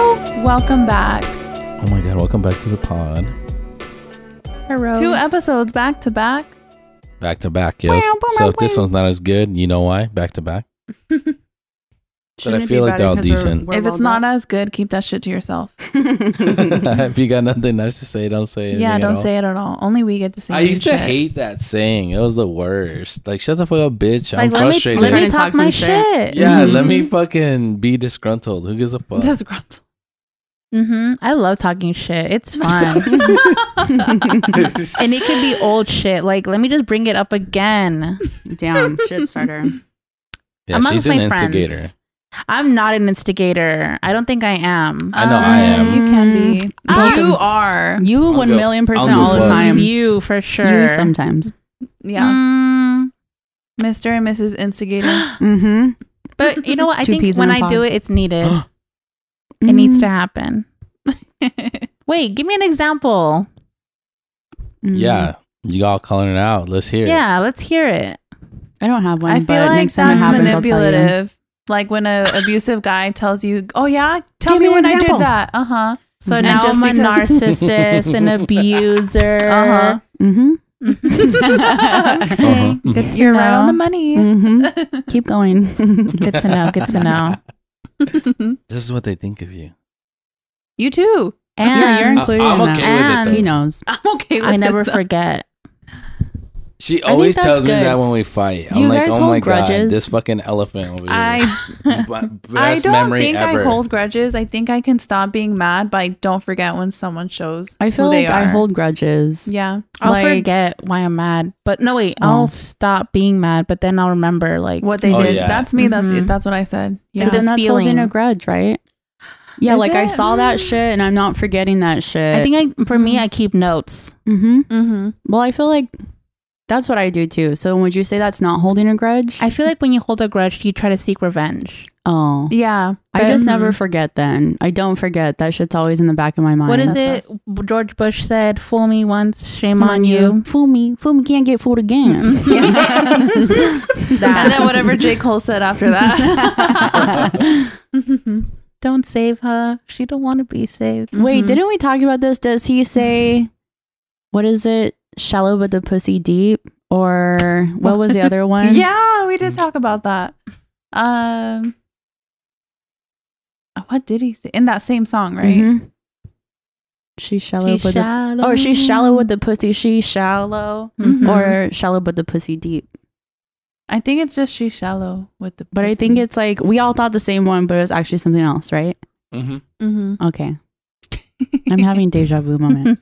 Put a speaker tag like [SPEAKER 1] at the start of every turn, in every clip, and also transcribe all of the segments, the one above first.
[SPEAKER 1] Welcome back.
[SPEAKER 2] Oh my god, welcome back to the pod.
[SPEAKER 1] Two episodes back to back.
[SPEAKER 2] Back to back, yes.
[SPEAKER 1] Wow, wow,
[SPEAKER 2] So if this
[SPEAKER 1] wow.
[SPEAKER 2] one's not as good, you know why? Back to back.
[SPEAKER 3] Shouldn't
[SPEAKER 2] I
[SPEAKER 3] it be
[SPEAKER 2] feel like
[SPEAKER 3] better
[SPEAKER 2] they're all
[SPEAKER 3] 'cause we're-
[SPEAKER 2] decent.
[SPEAKER 3] we're
[SPEAKER 1] if it's
[SPEAKER 3] well
[SPEAKER 1] not as good, keep that shit to yourself.
[SPEAKER 3] done?
[SPEAKER 2] if you got nothing nice to say, don't say anything.
[SPEAKER 1] yeah,
[SPEAKER 2] at
[SPEAKER 1] don't
[SPEAKER 2] all.
[SPEAKER 1] say it at all. Only we get to say.
[SPEAKER 2] I
[SPEAKER 1] mean
[SPEAKER 2] used to
[SPEAKER 1] shit.
[SPEAKER 2] hate that saying. It was the worst. Like, shut the fuck up, bitch. I'm
[SPEAKER 3] Like, let me-
[SPEAKER 2] frustrated.
[SPEAKER 3] let me-
[SPEAKER 4] Trying to
[SPEAKER 3] talk
[SPEAKER 4] talk
[SPEAKER 3] some
[SPEAKER 4] my
[SPEAKER 3] shit.
[SPEAKER 4] shit. Mm-hmm.
[SPEAKER 2] yeah, let me fucking be disgruntled. Who gives a fuck?
[SPEAKER 1] Disgruntled.
[SPEAKER 4] hmm I love talking shit. It's fun. and it could be old shit. Like, let me just bring it up again.
[SPEAKER 3] Damn, shit starter.
[SPEAKER 2] yeah,
[SPEAKER 4] Amongst
[SPEAKER 2] she's
[SPEAKER 4] my
[SPEAKER 2] an
[SPEAKER 4] friends.
[SPEAKER 2] instigator.
[SPEAKER 4] I'm not an instigator. I don't think I am.
[SPEAKER 1] Uh,
[SPEAKER 2] I know I am.
[SPEAKER 1] You can be.
[SPEAKER 3] Ah.
[SPEAKER 1] you are.
[SPEAKER 3] You
[SPEAKER 2] I'll
[SPEAKER 3] one
[SPEAKER 2] go-
[SPEAKER 3] million percent
[SPEAKER 2] I'll go
[SPEAKER 3] all the
[SPEAKER 2] fuck.
[SPEAKER 3] time. You,
[SPEAKER 4] You for sure.
[SPEAKER 3] sometimes.
[SPEAKER 1] Yeah.
[SPEAKER 4] Mm,
[SPEAKER 1] Mr. and Mrs. Instigator.
[SPEAKER 3] Mm-hmm.
[SPEAKER 4] but you know what? I
[SPEAKER 3] Two
[SPEAKER 4] think
[SPEAKER 3] peas in
[SPEAKER 4] when
[SPEAKER 3] a
[SPEAKER 4] I
[SPEAKER 3] pod.
[SPEAKER 4] do it, it's needed. it needs to happen. Wait, give me an example.
[SPEAKER 3] mm-hmm.
[SPEAKER 2] Yeah, you all calling it out. Let's hear it.
[SPEAKER 4] Yeah, let's hear it.
[SPEAKER 3] I don't have one.
[SPEAKER 1] I feel
[SPEAKER 3] but
[SPEAKER 1] like
[SPEAKER 3] next time
[SPEAKER 1] that's
[SPEAKER 3] it happens, I'll tell you.
[SPEAKER 1] manipulative. Like when a abusive guy tells you, "Oh yeah, tell
[SPEAKER 4] Give
[SPEAKER 1] me
[SPEAKER 4] me an
[SPEAKER 1] when I did
[SPEAKER 4] example."
[SPEAKER 1] that." Uh huh.
[SPEAKER 4] So
[SPEAKER 3] And
[SPEAKER 4] now
[SPEAKER 1] just
[SPEAKER 4] I'm a
[SPEAKER 1] because-
[SPEAKER 4] narcissist, an abuser.
[SPEAKER 1] Uh
[SPEAKER 3] Mm-hmm.
[SPEAKER 1] huh.
[SPEAKER 2] Uh-huh.
[SPEAKER 4] Okay, good to
[SPEAKER 1] You're right
[SPEAKER 4] know.
[SPEAKER 1] on the money.
[SPEAKER 3] Mm-hmm. Keep going.
[SPEAKER 4] Good to know. Good to know.
[SPEAKER 2] This is what they think of you.
[SPEAKER 1] you too.
[SPEAKER 3] You're- you're
[SPEAKER 4] And
[SPEAKER 3] Uh, included
[SPEAKER 2] I'm
[SPEAKER 3] in
[SPEAKER 2] okay
[SPEAKER 4] that.
[SPEAKER 2] with it.
[SPEAKER 3] he
[SPEAKER 2] though.
[SPEAKER 3] knows.
[SPEAKER 1] I'm okay with
[SPEAKER 4] I never
[SPEAKER 1] it. though.
[SPEAKER 4] forget.
[SPEAKER 2] She
[SPEAKER 3] think
[SPEAKER 2] always
[SPEAKER 3] that's
[SPEAKER 2] tells me
[SPEAKER 3] good.
[SPEAKER 2] that when we fight.
[SPEAKER 3] Do
[SPEAKER 2] I'm
[SPEAKER 3] you
[SPEAKER 2] like,
[SPEAKER 3] guys
[SPEAKER 2] oh
[SPEAKER 3] hold
[SPEAKER 2] my god,
[SPEAKER 3] grudges?
[SPEAKER 2] this fucking elephant over here.
[SPEAKER 1] I
[SPEAKER 2] B-
[SPEAKER 1] I
[SPEAKER 2] best
[SPEAKER 1] don't
[SPEAKER 2] memory
[SPEAKER 1] think
[SPEAKER 2] ever.
[SPEAKER 1] I hold grudges. I think I can stop being mad, but I don't forget when someone shows.
[SPEAKER 3] I feel
[SPEAKER 1] who they
[SPEAKER 3] like I
[SPEAKER 1] are.
[SPEAKER 3] hold grudges.
[SPEAKER 1] Yeah.
[SPEAKER 4] I'll
[SPEAKER 3] Like-
[SPEAKER 4] forget why I'm mad. But no, wait,
[SPEAKER 3] Oh.
[SPEAKER 4] I'll stop being mad, but then I'll remember like
[SPEAKER 1] What they
[SPEAKER 2] Oh,
[SPEAKER 1] did.
[SPEAKER 2] yeah.
[SPEAKER 1] That's me. That's
[SPEAKER 4] Mhm.
[SPEAKER 1] that's what I said.
[SPEAKER 3] Yeah.
[SPEAKER 1] Yeah.
[SPEAKER 3] Mm-hmm. So
[SPEAKER 4] the
[SPEAKER 3] then that's holding
[SPEAKER 4] feeling.
[SPEAKER 3] a grudge, right? Yeah,
[SPEAKER 1] Is
[SPEAKER 3] like I
[SPEAKER 1] it?
[SPEAKER 3] saw that
[SPEAKER 1] Mm.
[SPEAKER 3] shit and I'm not forgetting that shit.
[SPEAKER 4] I think I for me I keep notes.
[SPEAKER 3] Mm-hmm.
[SPEAKER 1] mm-hmm.
[SPEAKER 3] Well, I feel like that's what I do too. So would you say that's not holding a grudge?
[SPEAKER 4] I feel like when you hold a grudge, you try to seek revenge.
[SPEAKER 3] oh,
[SPEAKER 1] Yeah.
[SPEAKER 3] I just
[SPEAKER 1] Mhm.
[SPEAKER 3] never forget. Then I don't forget. That shit's always in the back of my mind.
[SPEAKER 4] what is it
[SPEAKER 1] that's
[SPEAKER 4] George Bush said? Fool me once, shame on you.
[SPEAKER 3] Fool me, fool me, can't get fooled again.
[SPEAKER 1] And
[SPEAKER 4] That.
[SPEAKER 1] then whatever J. Cole said after that. Mhm.
[SPEAKER 4] Don't save her. She don't want to be saved.
[SPEAKER 1] Mm-hmm.
[SPEAKER 3] Wait, didn't we talk about this? Does he say, what is it, shallow but the pussy deep? Or what was the other one?
[SPEAKER 1] yeah, we did talk about that. Um what did he say? In that same song, right?
[SPEAKER 3] Mhm. She's shallow,
[SPEAKER 4] She's
[SPEAKER 3] but the,
[SPEAKER 4] shallow.
[SPEAKER 3] or she's shallow with the pussy. She's shallow,
[SPEAKER 4] Mhm.
[SPEAKER 1] Mm-hmm.
[SPEAKER 3] or shallow but the pussy deep.
[SPEAKER 1] I think it's just she's shallow with the
[SPEAKER 3] But I think it's like we all thought the same one, but it was actually something else, right?
[SPEAKER 2] hmm
[SPEAKER 1] mm-hmm.
[SPEAKER 3] Okay, I'm having deja vu moment.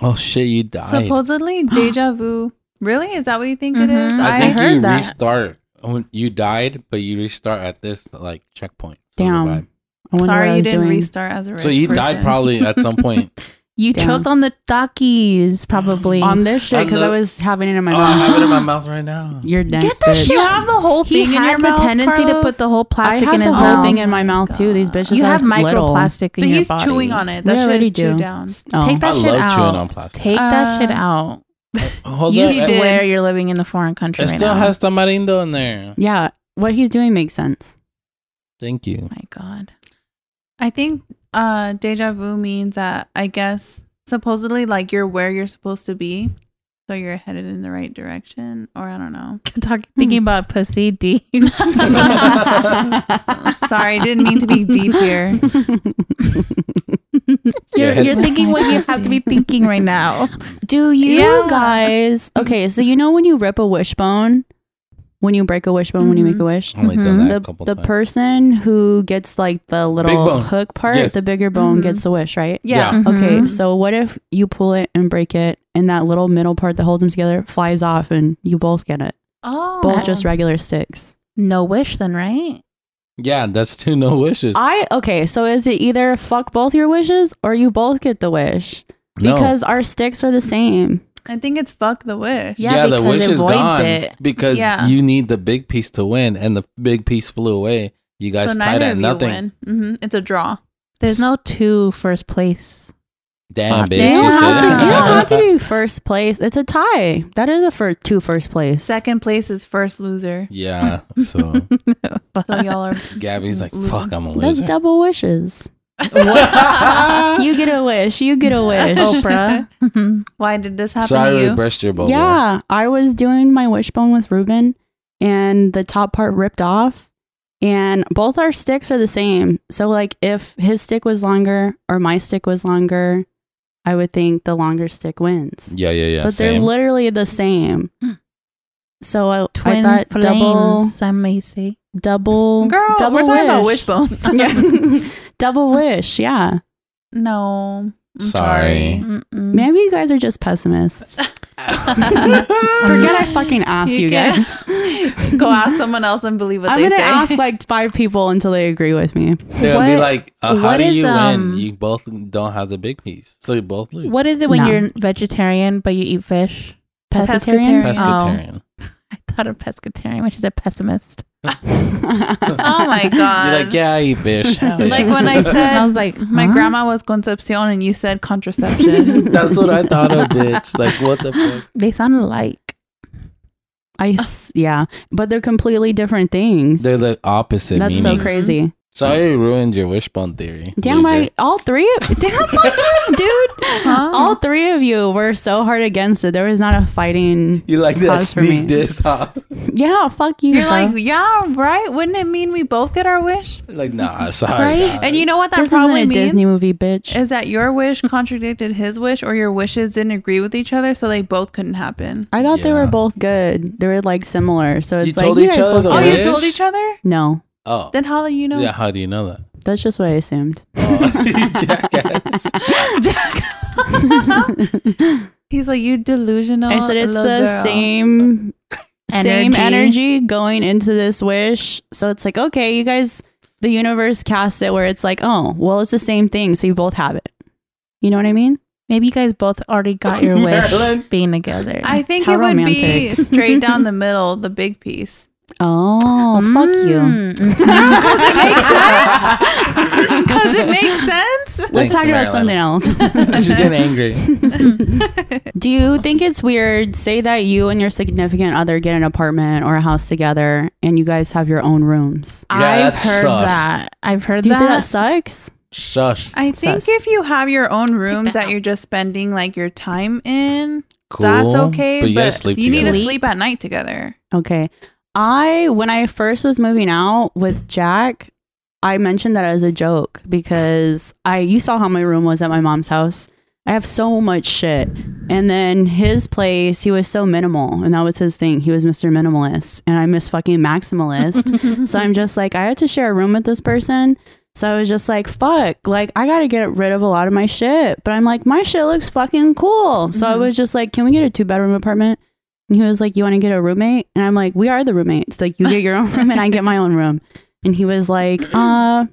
[SPEAKER 2] Oh shit, you died.
[SPEAKER 1] supposedly deja vu. Really? Is that what you think it is?
[SPEAKER 4] Mhm.
[SPEAKER 2] I think
[SPEAKER 4] heard
[SPEAKER 2] you
[SPEAKER 4] that.
[SPEAKER 2] restart. When you died, but you restart at this like checkpoint. So
[SPEAKER 3] Damn.
[SPEAKER 2] goodbye.
[SPEAKER 3] I wonder what
[SPEAKER 1] Sorry
[SPEAKER 3] I
[SPEAKER 1] you
[SPEAKER 3] was
[SPEAKER 1] didn't
[SPEAKER 3] doing.
[SPEAKER 1] restart as a rich
[SPEAKER 2] So you died
[SPEAKER 1] person.
[SPEAKER 2] probably at some point.
[SPEAKER 4] you
[SPEAKER 3] Damn.
[SPEAKER 4] choked on the duckies, probably.
[SPEAKER 3] on this shit
[SPEAKER 2] On
[SPEAKER 3] because I
[SPEAKER 2] the-
[SPEAKER 3] was having it in my
[SPEAKER 2] oh, I
[SPEAKER 3] mouth.
[SPEAKER 2] have it in my mouth right now.
[SPEAKER 3] You're next,
[SPEAKER 4] that
[SPEAKER 3] bitch.
[SPEAKER 1] You have the whole
[SPEAKER 4] he
[SPEAKER 1] thing in your
[SPEAKER 4] has
[SPEAKER 1] mouth,
[SPEAKER 4] a tendency to put the
[SPEAKER 1] Carlos?
[SPEAKER 4] whole plastic
[SPEAKER 3] I have
[SPEAKER 4] in his
[SPEAKER 3] the
[SPEAKER 4] mouth.
[SPEAKER 3] whole thing in my mouth too. These bitches
[SPEAKER 4] you
[SPEAKER 3] are
[SPEAKER 4] have
[SPEAKER 3] little.
[SPEAKER 4] microplastic
[SPEAKER 1] But
[SPEAKER 4] in your
[SPEAKER 1] he's
[SPEAKER 4] body.
[SPEAKER 1] chewing on it.
[SPEAKER 3] We
[SPEAKER 1] That shit
[SPEAKER 3] already
[SPEAKER 1] is chewed
[SPEAKER 3] do.
[SPEAKER 1] down.
[SPEAKER 3] Oh.
[SPEAKER 4] Take that
[SPEAKER 2] I
[SPEAKER 4] shit
[SPEAKER 2] love
[SPEAKER 4] out.
[SPEAKER 2] chewing on plastic. Oh,
[SPEAKER 4] Take that shit
[SPEAKER 1] Um,
[SPEAKER 4] out.
[SPEAKER 2] Hold
[SPEAKER 4] You
[SPEAKER 2] up.
[SPEAKER 1] should-
[SPEAKER 2] It,
[SPEAKER 4] swear you're living in the foreign country
[SPEAKER 2] it
[SPEAKER 4] right
[SPEAKER 2] still
[SPEAKER 4] now.
[SPEAKER 2] has tamarindo in there.
[SPEAKER 3] yeah, what he's doing makes sense.
[SPEAKER 2] Thank you.
[SPEAKER 4] Oh my God.
[SPEAKER 1] I think uh deja vu means that I guess supposedly like you're where you're supposed to be. So you're headed in the right direction. Or I don't know.
[SPEAKER 4] Talk, thinking about pussy deep.
[SPEAKER 1] Sorry, I didn't mean to be deep here.
[SPEAKER 4] You're,
[SPEAKER 2] Yeah.
[SPEAKER 4] you're thinking what you have to be thinking right now.
[SPEAKER 3] Do you
[SPEAKER 1] Yeah.
[SPEAKER 3] guys? Okay, so you know when you rip a wishbone, when you break a wishbone, when you make a wish,
[SPEAKER 2] Only
[SPEAKER 4] Mhm.
[SPEAKER 2] done that
[SPEAKER 3] the
[SPEAKER 2] a couple
[SPEAKER 3] the
[SPEAKER 2] times.
[SPEAKER 3] person who gets like the little
[SPEAKER 2] bone.
[SPEAKER 3] hook part,
[SPEAKER 2] Yes.
[SPEAKER 3] the bigger bone
[SPEAKER 1] Mhm.
[SPEAKER 3] gets the wish, right?
[SPEAKER 1] Yeah.
[SPEAKER 2] Yeah.
[SPEAKER 3] Okay, so what if you pull it and break it, and that little middle part that holds them together flies off, and you both get it,
[SPEAKER 1] Oh
[SPEAKER 3] both just regular sticks.
[SPEAKER 4] No wish, then, right?
[SPEAKER 2] yeah, that's two no wishes.
[SPEAKER 3] I okay, so is it either fuck both your wishes or you both get the wish?
[SPEAKER 2] No.
[SPEAKER 3] Because our sticks are the same.
[SPEAKER 1] I think it's fuck the wish.
[SPEAKER 4] Yeah,
[SPEAKER 2] the
[SPEAKER 4] because
[SPEAKER 2] wish
[SPEAKER 4] it
[SPEAKER 2] is
[SPEAKER 4] voids
[SPEAKER 2] gone
[SPEAKER 4] it.
[SPEAKER 2] because
[SPEAKER 1] Yeah.
[SPEAKER 2] you need the big piece to win, and the big piece flew away. You guys
[SPEAKER 1] so
[SPEAKER 2] tied
[SPEAKER 1] neither
[SPEAKER 2] at
[SPEAKER 1] of
[SPEAKER 2] nothing.
[SPEAKER 1] you win. hmm It's a draw.
[SPEAKER 4] There's no two first place.
[SPEAKER 2] Damn,
[SPEAKER 4] Fuck.
[SPEAKER 2] bitch!
[SPEAKER 1] You
[SPEAKER 2] she
[SPEAKER 3] You don't,
[SPEAKER 1] should-
[SPEAKER 3] have to,
[SPEAKER 2] said-
[SPEAKER 3] you don't have to do first place. It's a tie. That is a first two first place.
[SPEAKER 1] Second place is first loser.
[SPEAKER 2] yeah. So
[SPEAKER 1] So y'all are
[SPEAKER 2] Gabby's like,
[SPEAKER 1] Loser.
[SPEAKER 2] "Fuck, I'm a
[SPEAKER 3] That's
[SPEAKER 2] loser."
[SPEAKER 3] double wishes. You get a wish. You get a wish.
[SPEAKER 2] Oh,
[SPEAKER 4] Oprah. Mhm.
[SPEAKER 1] Why did this happen
[SPEAKER 2] Sorry,
[SPEAKER 1] to
[SPEAKER 2] we
[SPEAKER 1] you?
[SPEAKER 2] burst your bubble.
[SPEAKER 3] Yeah, I was doing my wishbone with Ruben, and the top part ripped off, and both our sticks are the same. So, like, if his stick was longer or my stick was longer, I would think the longer stick wins.
[SPEAKER 2] yeah, yeah, yeah.
[SPEAKER 3] but they're
[SPEAKER 2] same.
[SPEAKER 3] literally the same.
[SPEAKER 1] Hmm.
[SPEAKER 3] So I, I
[SPEAKER 4] Twin
[SPEAKER 3] thought double,
[SPEAKER 4] flames, I may say.
[SPEAKER 3] double,
[SPEAKER 1] Girl,
[SPEAKER 3] double
[SPEAKER 1] we're talking about
[SPEAKER 3] wish.
[SPEAKER 1] wishbones.
[SPEAKER 3] Yeah. double wish. Yeah,
[SPEAKER 1] No. I'm
[SPEAKER 2] Sorry.
[SPEAKER 1] sorry.
[SPEAKER 4] Mm-mm.
[SPEAKER 3] maybe you guys are just pessimists. Forget I fucking asked you,
[SPEAKER 1] You can-
[SPEAKER 3] guys.
[SPEAKER 1] Go ask someone else and believe what
[SPEAKER 3] I'm
[SPEAKER 1] they
[SPEAKER 3] gonna
[SPEAKER 1] say.
[SPEAKER 3] ask like five people until they agree with me.
[SPEAKER 2] They'll be
[SPEAKER 4] What-
[SPEAKER 2] like, uh, "How
[SPEAKER 4] what
[SPEAKER 2] do
[SPEAKER 4] is,
[SPEAKER 2] you
[SPEAKER 4] um,
[SPEAKER 2] win? You both don't have the big piece, so you both lose."
[SPEAKER 4] What is it when
[SPEAKER 3] No.
[SPEAKER 4] you're vegetarian but you eat fish? Oh,
[SPEAKER 3] Pescatarian.
[SPEAKER 2] Pescatarian.
[SPEAKER 4] I thought of pescatarian, which is a pessimist.
[SPEAKER 1] oh my god.
[SPEAKER 2] You're like, "Yeah, I eat fish." Hell yeah.
[SPEAKER 1] Like when I said
[SPEAKER 4] I was like,
[SPEAKER 1] my
[SPEAKER 4] huh?
[SPEAKER 1] grandma was Concepcion and you said contraception.
[SPEAKER 2] That's what I thought of, bitch. Like, what the fuck?
[SPEAKER 4] They sound alike.
[SPEAKER 3] I s- yeah, but they're completely different things.
[SPEAKER 2] They're the opposite.
[SPEAKER 3] That's so
[SPEAKER 2] meanings. Mm-hmm.
[SPEAKER 3] crazy.
[SPEAKER 2] Sorry, you ruined your wishbone theory.
[SPEAKER 3] Damn,
[SPEAKER 2] loser.
[SPEAKER 3] I all three of damn fuck you, dude.
[SPEAKER 1] Huh?
[SPEAKER 3] All three of you were so hard against it. There was not a fighting.
[SPEAKER 2] You like that
[SPEAKER 3] Pause for me.
[SPEAKER 2] sneak diss, huh?
[SPEAKER 3] Yeah, fuck you.
[SPEAKER 1] You're
[SPEAKER 3] bro.
[SPEAKER 1] like, yeah, right? Wouldn't it mean we both get our wish?
[SPEAKER 2] Like, nah, sorry.
[SPEAKER 4] Right?
[SPEAKER 2] nah.
[SPEAKER 1] And you know what that
[SPEAKER 3] this isn't
[SPEAKER 1] probably
[SPEAKER 3] a
[SPEAKER 1] means?
[SPEAKER 3] Disney movie, bitch.
[SPEAKER 1] Is that your wish contradicted his wish or your wishes didn't agree with each other, so they both couldn't happen?
[SPEAKER 3] I thought they were
[SPEAKER 2] Yeah.
[SPEAKER 3] both good. They were like similar, so
[SPEAKER 2] You
[SPEAKER 3] it's like
[SPEAKER 2] told
[SPEAKER 3] you
[SPEAKER 2] each
[SPEAKER 3] guys
[SPEAKER 2] other
[SPEAKER 3] both
[SPEAKER 2] the
[SPEAKER 1] oh,
[SPEAKER 3] did it.
[SPEAKER 1] you
[SPEAKER 2] wish?
[SPEAKER 1] told each other?
[SPEAKER 3] No,
[SPEAKER 2] oh,
[SPEAKER 1] Then how do you know?
[SPEAKER 2] yeah. How do you know that?
[SPEAKER 3] that's just what I assumed.
[SPEAKER 2] Oh, jackass.
[SPEAKER 1] He's like, you delusional.
[SPEAKER 3] I said it's the
[SPEAKER 1] Oh, little girl."
[SPEAKER 3] same same
[SPEAKER 4] Energy.
[SPEAKER 3] energy going into this wish. So it's like, okay, you guys the universe casts it where it's like, oh, well, it's the same thing, so you both have it. You know what I mean?
[SPEAKER 4] Maybe you guys both already got your wish
[SPEAKER 2] Marilyn.
[SPEAKER 4] being together.
[SPEAKER 1] I think
[SPEAKER 3] How
[SPEAKER 1] it would be
[SPEAKER 3] romantic.
[SPEAKER 1] straight down the middle, the big piece.
[SPEAKER 3] Oh, fuck
[SPEAKER 1] Mm.
[SPEAKER 3] you.
[SPEAKER 4] you.
[SPEAKER 1] Because it makes sense.
[SPEAKER 3] Let's
[SPEAKER 2] Thanks,
[SPEAKER 3] talk about
[SPEAKER 2] Marilyn.
[SPEAKER 3] something else.
[SPEAKER 2] She's getting angry.
[SPEAKER 3] Do you think it's weird, say that you and your significant other get an apartment or a house together and you guys have your own rooms?
[SPEAKER 4] I've
[SPEAKER 2] that's
[SPEAKER 4] heard
[SPEAKER 2] sus.
[SPEAKER 4] that. I've heard
[SPEAKER 3] Do you
[SPEAKER 4] that.
[SPEAKER 3] say that sucks?
[SPEAKER 2] Shush.
[SPEAKER 1] I think
[SPEAKER 3] Sus.
[SPEAKER 1] if you have your own rooms
[SPEAKER 4] that
[SPEAKER 1] that
[SPEAKER 4] out.
[SPEAKER 1] you're just spending like your time in,
[SPEAKER 2] Cool.
[SPEAKER 1] that's okay. But,
[SPEAKER 2] you gotta sleep
[SPEAKER 1] you need
[SPEAKER 2] together.
[SPEAKER 1] to sleep at night together.
[SPEAKER 3] Okay. I when I first was moving out with Jack, I mentioned that as a joke because I you saw how my room was at my mom's house. I have so much shit. And then his place, he was so minimal, and that was his thing. He was Mr. Minimalist, and I'm Miss fucking Maximalist. so I'm just like, I had to share a room with this person. So I was just like, fuck, like I gotta get rid of a lot of my shit. But I'm like, my shit looks fucking cool. So I was just like, can we get a two bedroom apartment? And he was like, You want to get a roommate? And I'm like, We are the roommates. Like, you get your own room and I get my own room. And he was like, Uh,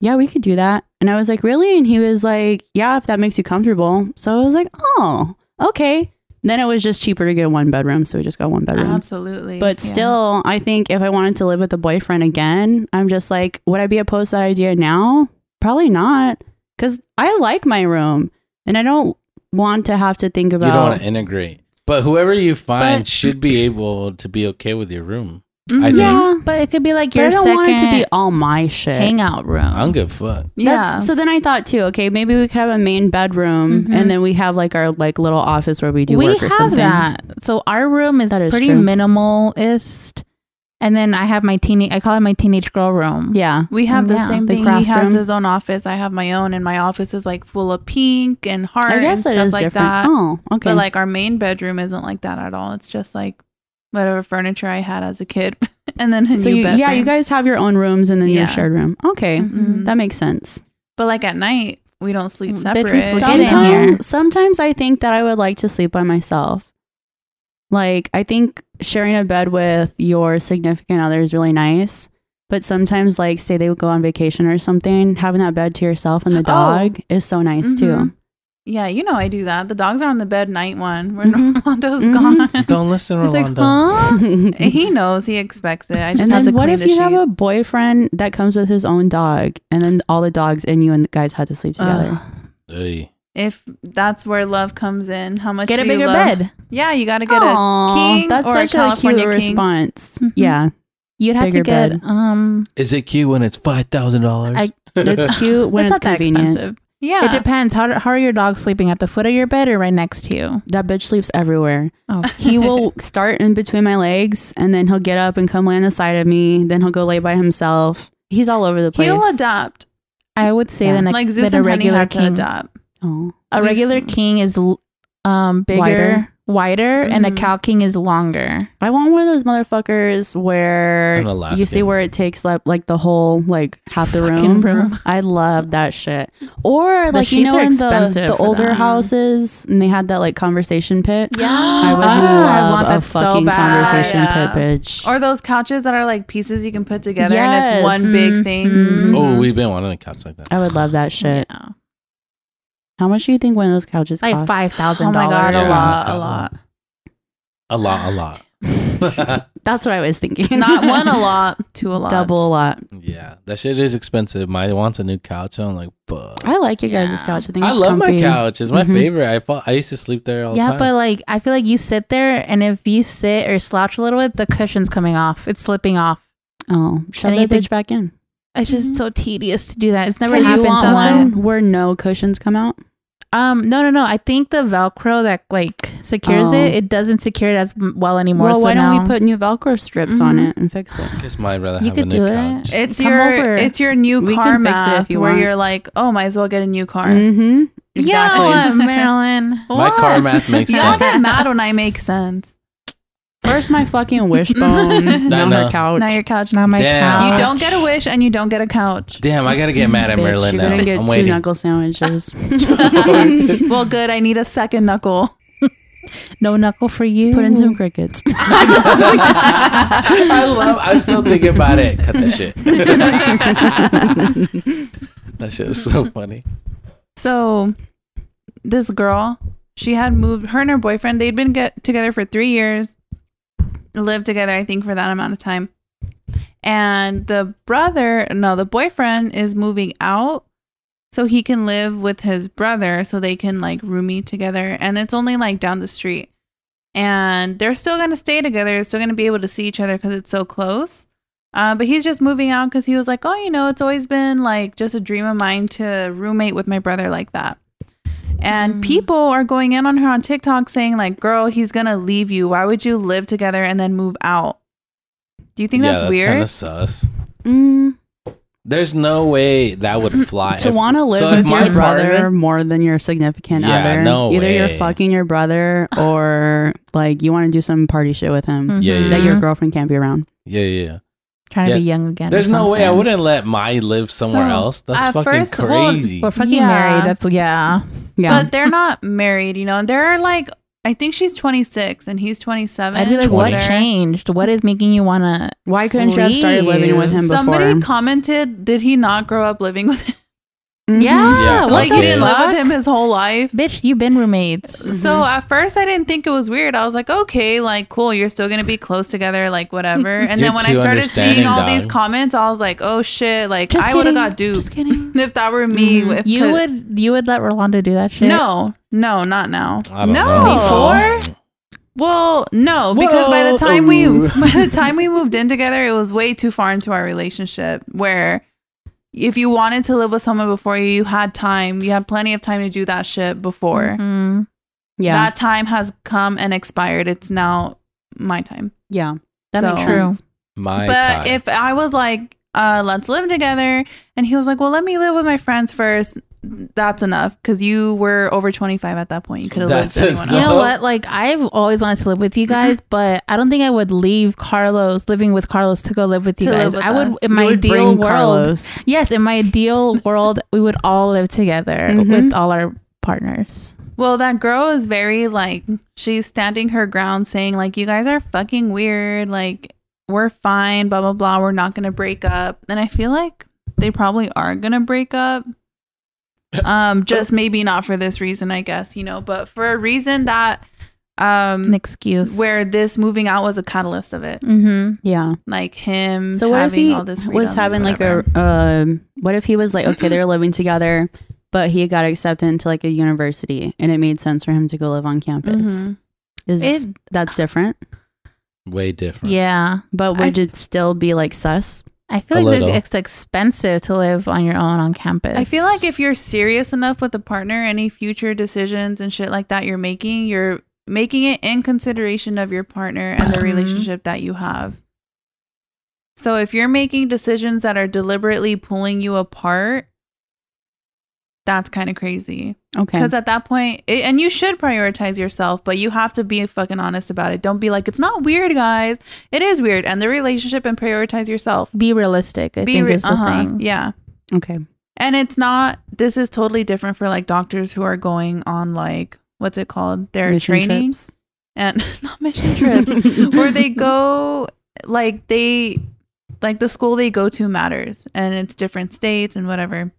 [SPEAKER 3] yeah, we could do that. And I was like, Really? And he was like, Yeah, if that makes you comfortable. So I was like, Oh, okay. Then it was just cheaper to get a one bedroom. So we just got one bedroom.
[SPEAKER 1] Absolutely.
[SPEAKER 3] But
[SPEAKER 1] yeah.
[SPEAKER 3] still, I think if I wanted to live with a boyfriend again, I'm just like, would I be opposed to that idea now? Probably not. Cause I like my room and I don't want to have to think
[SPEAKER 2] You don't want
[SPEAKER 3] about
[SPEAKER 2] to integrate. But whoever you find
[SPEAKER 4] But-
[SPEAKER 2] should be able to be okay with your room. I
[SPEAKER 1] Mhm.
[SPEAKER 2] think.
[SPEAKER 3] Yeah.
[SPEAKER 4] But it could be like
[SPEAKER 3] But I
[SPEAKER 4] your
[SPEAKER 3] don't want it
[SPEAKER 4] second
[SPEAKER 3] to be all my shit.
[SPEAKER 4] hangout room.
[SPEAKER 2] I don't give a fuck.
[SPEAKER 1] Yeah. Mm-hmm.
[SPEAKER 3] so then I thought too, okay, maybe we could have a main bedroom
[SPEAKER 4] Mhm.
[SPEAKER 3] and then we have like our like little office where we do
[SPEAKER 4] we
[SPEAKER 3] work or
[SPEAKER 4] have
[SPEAKER 3] something.
[SPEAKER 4] that. So our room is,
[SPEAKER 3] That is
[SPEAKER 4] pretty
[SPEAKER 3] true.
[SPEAKER 4] minimalist. And then I have my teenage. I call it my teenage girl room.
[SPEAKER 3] Yeah.
[SPEAKER 1] We have the
[SPEAKER 4] Yeah,
[SPEAKER 1] same
[SPEAKER 3] the
[SPEAKER 1] thing. He
[SPEAKER 3] craft
[SPEAKER 1] has
[SPEAKER 3] room.
[SPEAKER 1] his own office. I have my own, and my office is like full of pink and heart
[SPEAKER 3] I guess
[SPEAKER 1] and
[SPEAKER 3] that
[SPEAKER 1] stuff
[SPEAKER 3] is
[SPEAKER 1] like
[SPEAKER 3] different.
[SPEAKER 1] that.
[SPEAKER 3] Oh, okay.
[SPEAKER 1] But like our main bedroom isn't like that at all. It's just like whatever furniture I had as a kid, and then a
[SPEAKER 3] so
[SPEAKER 1] new
[SPEAKER 3] you,
[SPEAKER 1] bedroom.
[SPEAKER 3] yeah, you guys have your own rooms and then
[SPEAKER 1] Yeah.
[SPEAKER 3] your shared room. Okay.
[SPEAKER 1] Mhm.
[SPEAKER 3] That makes sense.
[SPEAKER 1] But like at night, we don't sleep
[SPEAKER 4] Mm, bitch,
[SPEAKER 1] separate.
[SPEAKER 4] we sleep Get in here.
[SPEAKER 3] Sometimes sometimes I think that I would like to sleep by myself. Like I think sharing a bed with your significant other is really nice. But sometimes like say they would go on vacation or something, having that bed to yourself
[SPEAKER 1] Oh.
[SPEAKER 3] and the dog is so nice too.
[SPEAKER 1] Mhm. yeah, you know I do that. The dogs are on the bed night one when
[SPEAKER 3] Mhm.
[SPEAKER 1] Rollando's
[SPEAKER 3] Mhm.
[SPEAKER 1] gone.
[SPEAKER 2] Don't listen,
[SPEAKER 4] It's like,
[SPEAKER 2] Rolando.
[SPEAKER 4] huh?
[SPEAKER 1] he knows. He expects it. I just
[SPEAKER 3] and
[SPEAKER 1] have to
[SPEAKER 3] then what
[SPEAKER 1] clean
[SPEAKER 3] if
[SPEAKER 1] the
[SPEAKER 3] you have
[SPEAKER 1] sheets.
[SPEAKER 3] a boyfriend that comes with his own dog and then all the dogs and you and the guys had to sleep together?
[SPEAKER 4] Ugh.
[SPEAKER 2] Hey.
[SPEAKER 1] if that's where love comes in, how much
[SPEAKER 4] Uh, get a
[SPEAKER 1] do you
[SPEAKER 4] bigger
[SPEAKER 1] love-
[SPEAKER 4] bed.
[SPEAKER 1] Yeah, you got to get a
[SPEAKER 3] Aw,
[SPEAKER 1] king
[SPEAKER 3] that's
[SPEAKER 1] or a
[SPEAKER 3] such a,
[SPEAKER 1] California
[SPEAKER 3] cute
[SPEAKER 1] king.
[SPEAKER 3] response.
[SPEAKER 1] Mm-hmm.
[SPEAKER 4] Mhm.
[SPEAKER 3] Yeah.
[SPEAKER 4] You'd have
[SPEAKER 3] Bigger
[SPEAKER 4] to get
[SPEAKER 3] bed.
[SPEAKER 4] um
[SPEAKER 2] Is it cute when it's five thousand dollars?
[SPEAKER 4] I-
[SPEAKER 3] It's cute when
[SPEAKER 4] it's
[SPEAKER 3] it's,
[SPEAKER 4] not that
[SPEAKER 3] convenient.
[SPEAKER 4] expensive.
[SPEAKER 1] Yeah.
[SPEAKER 4] It depends. How, how are your dogs sleeping? At the foot of your bed or right next to you?
[SPEAKER 3] That bitch sleeps everywhere.
[SPEAKER 4] Oh.
[SPEAKER 3] He will start in between my legs and then he'll get up and come lay on the side of me. Then he'll go lay by himself. He's all over the place.
[SPEAKER 1] He'll adopt.
[SPEAKER 4] I would say
[SPEAKER 3] Yeah.
[SPEAKER 4] then a,
[SPEAKER 1] Like
[SPEAKER 4] that
[SPEAKER 1] Zeus
[SPEAKER 4] a
[SPEAKER 1] and Honey
[SPEAKER 4] regular
[SPEAKER 1] had to
[SPEAKER 4] king.
[SPEAKER 1] adopt.
[SPEAKER 3] Oh.
[SPEAKER 4] A
[SPEAKER 1] Zeus-
[SPEAKER 4] regular king is l- um bigger,
[SPEAKER 3] Wider.
[SPEAKER 4] wider, and a
[SPEAKER 1] Mhm.
[SPEAKER 4] cow king is longer.
[SPEAKER 3] I want one of those motherfuckers where
[SPEAKER 2] An Alaskan.
[SPEAKER 3] you see where it takes up like the whole like half the room.
[SPEAKER 4] Fucking room.
[SPEAKER 3] I love that shit. Or
[SPEAKER 4] The
[SPEAKER 3] like you
[SPEAKER 4] sheets
[SPEAKER 3] know
[SPEAKER 4] are
[SPEAKER 3] in the,
[SPEAKER 4] expensive
[SPEAKER 3] the
[SPEAKER 4] for
[SPEAKER 3] older
[SPEAKER 4] them.
[SPEAKER 3] houses and they had that like conversation pit.
[SPEAKER 4] Yeah.
[SPEAKER 3] I would
[SPEAKER 4] Ah, I
[SPEAKER 3] love
[SPEAKER 4] want
[SPEAKER 3] a
[SPEAKER 4] that so
[SPEAKER 3] fucking
[SPEAKER 4] bad.
[SPEAKER 3] conversation
[SPEAKER 1] Yeah.
[SPEAKER 3] pit, bitch.
[SPEAKER 1] Or those couches that are like pieces you can put together and
[SPEAKER 3] Yes.
[SPEAKER 1] it's
[SPEAKER 3] Mm-hmm.
[SPEAKER 1] one big
[SPEAKER 4] Mhm.
[SPEAKER 1] thing.
[SPEAKER 4] Mhm.
[SPEAKER 2] Oh, we've been wanting a couch like that.
[SPEAKER 3] I would love that shit.
[SPEAKER 4] Yeah.
[SPEAKER 3] How much do you think one of those couches
[SPEAKER 4] Like
[SPEAKER 3] costs?
[SPEAKER 4] five thousand
[SPEAKER 1] Oh my
[SPEAKER 4] dollars.
[SPEAKER 1] god, a
[SPEAKER 2] Yeah.
[SPEAKER 1] lot, a lot.
[SPEAKER 2] A lot, a lot.
[SPEAKER 3] That's what I was thinking.
[SPEAKER 1] Not one a lot, two a lot.
[SPEAKER 3] double a lot.
[SPEAKER 2] yeah, that shit is expensive. My wants a new couch, and I'm like, fuck.
[SPEAKER 3] I like your guys'
[SPEAKER 4] Yeah.
[SPEAKER 3] couch. I think
[SPEAKER 2] I
[SPEAKER 3] it's
[SPEAKER 2] love
[SPEAKER 3] comfy.
[SPEAKER 2] my couch. It's my
[SPEAKER 3] Mhm.
[SPEAKER 2] favorite. I fall, I used to sleep there all the
[SPEAKER 4] Yeah,
[SPEAKER 2] time.
[SPEAKER 4] but like I feel like you sit there, and if you sit or slouch a little bit, the cushion's coming off. It's slipping off.
[SPEAKER 3] Oh, shove
[SPEAKER 4] And you
[SPEAKER 3] that bitch
[SPEAKER 4] think-
[SPEAKER 3] back in.
[SPEAKER 4] It's just
[SPEAKER 1] Mhm.
[SPEAKER 4] so tedious to do that. It's never
[SPEAKER 1] So you
[SPEAKER 4] happened
[SPEAKER 3] you want
[SPEAKER 4] to
[SPEAKER 1] one?
[SPEAKER 4] one.
[SPEAKER 3] one where no cushions come out?
[SPEAKER 4] Um, no, no, no. I think the Velcro that like secures
[SPEAKER 3] Oh.
[SPEAKER 4] it, it doesn't secure it as m- well anymore.
[SPEAKER 3] well,
[SPEAKER 4] so
[SPEAKER 3] why don't we
[SPEAKER 4] now-
[SPEAKER 3] put new Velcro strips on
[SPEAKER 4] Mhm.
[SPEAKER 3] it and fix it?
[SPEAKER 2] Because my rather
[SPEAKER 4] You
[SPEAKER 2] have a
[SPEAKER 4] could
[SPEAKER 2] new
[SPEAKER 4] do it.
[SPEAKER 2] couch.
[SPEAKER 1] It's
[SPEAKER 4] Come
[SPEAKER 1] your
[SPEAKER 4] over.
[SPEAKER 1] it's your new
[SPEAKER 3] We
[SPEAKER 1] car
[SPEAKER 3] can fix it if
[SPEAKER 1] math
[SPEAKER 3] you
[SPEAKER 1] where
[SPEAKER 3] want.
[SPEAKER 1] you're like, oh, might as well get a new car.
[SPEAKER 3] Mm-hmm.
[SPEAKER 4] You know what, Marilyn?
[SPEAKER 2] My
[SPEAKER 1] What?
[SPEAKER 2] car math makes sense.
[SPEAKER 1] Y'all get mad when I make sense.
[SPEAKER 3] First, my fucking wishbone, now
[SPEAKER 2] know.
[SPEAKER 3] her couch.
[SPEAKER 1] Not your couch.
[SPEAKER 4] Not my
[SPEAKER 2] Damn.
[SPEAKER 4] couch.
[SPEAKER 1] You don't get a wish and you don't get a couch.
[SPEAKER 2] Damn, I gotta get mad at
[SPEAKER 3] Bitch,
[SPEAKER 2] Merlin
[SPEAKER 3] you're
[SPEAKER 2] now.
[SPEAKER 3] gonna get
[SPEAKER 2] I'm
[SPEAKER 3] two
[SPEAKER 2] waiting.
[SPEAKER 3] knuckle sandwiches.
[SPEAKER 1] well, good. I need a second knuckle.
[SPEAKER 4] No knuckle for you.
[SPEAKER 3] Put in some crickets.
[SPEAKER 2] I love. I'm still thinking about it. Cut that shit. that shit was so funny.
[SPEAKER 1] So, this girl, she had moved. Her and her boyfriend, they'd been get together for three years, lived together, I think, for that amount of time. And the brother, no, the boyfriend is moving out so he can live with his brother so they can like roomie together. And it's only like down the street. And they're still going to stay together. They're still going to be able to see each other because it's so close. Uh, but he's just moving out because he was like, oh, you know, it's always been like just a dream of mine to roommate with my brother like that. And
[SPEAKER 4] Mm.
[SPEAKER 1] people are going in on her on TikTok saying, like, girl, he's going to leave you. Why would you live together and then move out? Do you think
[SPEAKER 2] yeah,
[SPEAKER 1] that's,
[SPEAKER 2] that's
[SPEAKER 1] weird?
[SPEAKER 2] kind of sus.
[SPEAKER 3] Mm,
[SPEAKER 2] There's no way that would fly.
[SPEAKER 3] to
[SPEAKER 2] If-
[SPEAKER 3] want to live
[SPEAKER 2] so if
[SPEAKER 3] with
[SPEAKER 2] my
[SPEAKER 3] your brother
[SPEAKER 2] partner-
[SPEAKER 3] more than your significant
[SPEAKER 2] Yeah,
[SPEAKER 3] other.
[SPEAKER 2] no
[SPEAKER 3] Either you're
[SPEAKER 2] way.
[SPEAKER 3] fucking your brother or like you want to do some party shit with him
[SPEAKER 4] Mhm.
[SPEAKER 2] Yeah, yeah,
[SPEAKER 3] that your girlfriend can't be around.
[SPEAKER 2] yeah, yeah.
[SPEAKER 4] trying
[SPEAKER 2] Yeah.
[SPEAKER 4] to be young again. or
[SPEAKER 2] There's no way I
[SPEAKER 4] something. uh,
[SPEAKER 2] wouldn't let my live somewhere
[SPEAKER 1] So,
[SPEAKER 2] else. That's
[SPEAKER 1] at
[SPEAKER 2] fucking
[SPEAKER 1] first- well,
[SPEAKER 2] crazy.
[SPEAKER 4] We're fucking
[SPEAKER 1] Yeah.
[SPEAKER 4] married. That's yeah.
[SPEAKER 3] Yeah.
[SPEAKER 1] But they're not married, you know. And they're like, I think she's 26 and he's 27.
[SPEAKER 4] I'd be like,
[SPEAKER 1] so
[SPEAKER 4] what
[SPEAKER 1] they're-
[SPEAKER 4] changed? What is making you wanna?
[SPEAKER 3] Why couldn't you have started living with him before?
[SPEAKER 1] Somebody commented, did he not grow up living with him?
[SPEAKER 3] Mhm.
[SPEAKER 4] Yeah.
[SPEAKER 2] Yeah,
[SPEAKER 4] what
[SPEAKER 1] like,
[SPEAKER 4] the
[SPEAKER 1] he didn't live
[SPEAKER 4] fuck?
[SPEAKER 1] with him his whole life.
[SPEAKER 4] Bitch, Mm-hmm. you've been roommates.
[SPEAKER 1] So at first, I didn't think it was weird. I was like, okay, like, cool, you're still going to be close together, like, whatever. And
[SPEAKER 2] You're
[SPEAKER 1] then when
[SPEAKER 2] too
[SPEAKER 1] I started
[SPEAKER 2] understanding,
[SPEAKER 1] seeing all
[SPEAKER 2] dog.
[SPEAKER 1] these comments, I was like, oh shit, like,
[SPEAKER 4] Just
[SPEAKER 1] I would have
[SPEAKER 4] kidding.
[SPEAKER 1] got duped
[SPEAKER 4] Just kidding.
[SPEAKER 1] if that were me.
[SPEAKER 2] Mm-hmm.
[SPEAKER 4] Mhm.
[SPEAKER 1] If-
[SPEAKER 4] you would you would let Rolando do that shit?
[SPEAKER 1] No, no, not now.
[SPEAKER 2] I don't
[SPEAKER 1] no,
[SPEAKER 2] know. Um,
[SPEAKER 1] before. Well, no, because by the time we
[SPEAKER 2] Whoa.
[SPEAKER 1] by the time we moved in together, it was way too far into our relationship where if you wanted to live with someone before you, you had time, you had plenty of time to do that shit before.
[SPEAKER 4] Mhm.
[SPEAKER 3] Yeah.
[SPEAKER 1] That time has come and expired. It's now my time.
[SPEAKER 3] yeah. That
[SPEAKER 1] So-
[SPEAKER 3] makes
[SPEAKER 1] True.
[SPEAKER 3] sense.
[SPEAKER 2] My
[SPEAKER 1] but
[SPEAKER 2] time.
[SPEAKER 1] if I was like, uh, let's live together, and he was like, well, let me live with my friends first. That's enough because you were over 25 at that point. You could have lived
[SPEAKER 2] That's
[SPEAKER 1] with anyone
[SPEAKER 4] You
[SPEAKER 1] else.
[SPEAKER 2] enough.
[SPEAKER 4] know what? Like I've always wanted to live with you guys,
[SPEAKER 1] Mm-hmm.
[SPEAKER 4] but I don't think I would leave Carlos living with Carlos to go live with you
[SPEAKER 1] To
[SPEAKER 4] guys.
[SPEAKER 1] live with
[SPEAKER 4] I would
[SPEAKER 1] us.
[SPEAKER 4] in my
[SPEAKER 3] You would
[SPEAKER 4] ideal
[SPEAKER 3] bring
[SPEAKER 4] world.
[SPEAKER 3] Carlos.
[SPEAKER 4] Yes, in my ideal world, we would all live together
[SPEAKER 1] Mm-hmm.
[SPEAKER 3] Mhm.
[SPEAKER 4] with all our partners.
[SPEAKER 1] Well, that girl is very like she's standing her ground, saying like you guys are fucking weird. Like we're fine, blah blah blah. We're not gonna break up. And I feel like they probably are gonna break up. Um, just maybe not for this reason, I guess you know, but for a reason that
[SPEAKER 4] An
[SPEAKER 1] um
[SPEAKER 4] excuse
[SPEAKER 1] where this moving out was a catalyst of it,
[SPEAKER 4] hmm
[SPEAKER 3] Yeah.
[SPEAKER 1] like him.
[SPEAKER 3] Mm-hmm. So what if
[SPEAKER 1] Mm-hmm. having
[SPEAKER 3] he
[SPEAKER 1] all this
[SPEAKER 3] was
[SPEAKER 1] freedom
[SPEAKER 3] having
[SPEAKER 1] and
[SPEAKER 3] like
[SPEAKER 1] whatever.
[SPEAKER 3] a um what if he was like okay they're living together but he got accepted into like a university and it made sense for him to go live on campus.
[SPEAKER 1] Mhm.
[SPEAKER 3] Is
[SPEAKER 1] It-
[SPEAKER 3] that's different?
[SPEAKER 2] Way different.
[SPEAKER 4] Yeah.
[SPEAKER 3] But
[SPEAKER 1] I-
[SPEAKER 3] would it still be like sus?
[SPEAKER 4] I
[SPEAKER 2] A
[SPEAKER 4] feel like
[SPEAKER 2] little.
[SPEAKER 4] it's expensive to live on your own on campus.
[SPEAKER 1] I feel like if you're serious enough with a partner, any future decisions and shit like that you're making, you're making it in consideration of your partner and the
[SPEAKER 4] Mhm.
[SPEAKER 1] relationship that you have. So if you're making decisions that are deliberately pulling you apart, that's kind of crazy.
[SPEAKER 3] Okay.
[SPEAKER 1] Because at that point, it, and you should prioritize yourself, but you have to be fucking honest about it. Don't be like, it's not weird, guys. It is weird. And the relationship and prioritize yourself.
[SPEAKER 4] be realistic. I
[SPEAKER 1] Be
[SPEAKER 4] think
[SPEAKER 1] re-
[SPEAKER 4] is the
[SPEAKER 1] uh-huh.
[SPEAKER 4] thing.
[SPEAKER 1] Yeah.
[SPEAKER 3] Okay.
[SPEAKER 1] And it's not, this is totally different for like doctors who are going on like, what's it called? Their
[SPEAKER 3] Mission
[SPEAKER 1] training
[SPEAKER 3] trips.
[SPEAKER 1] and not mission trips, where they go like they, like the school they go to matters and it's different states and whatever.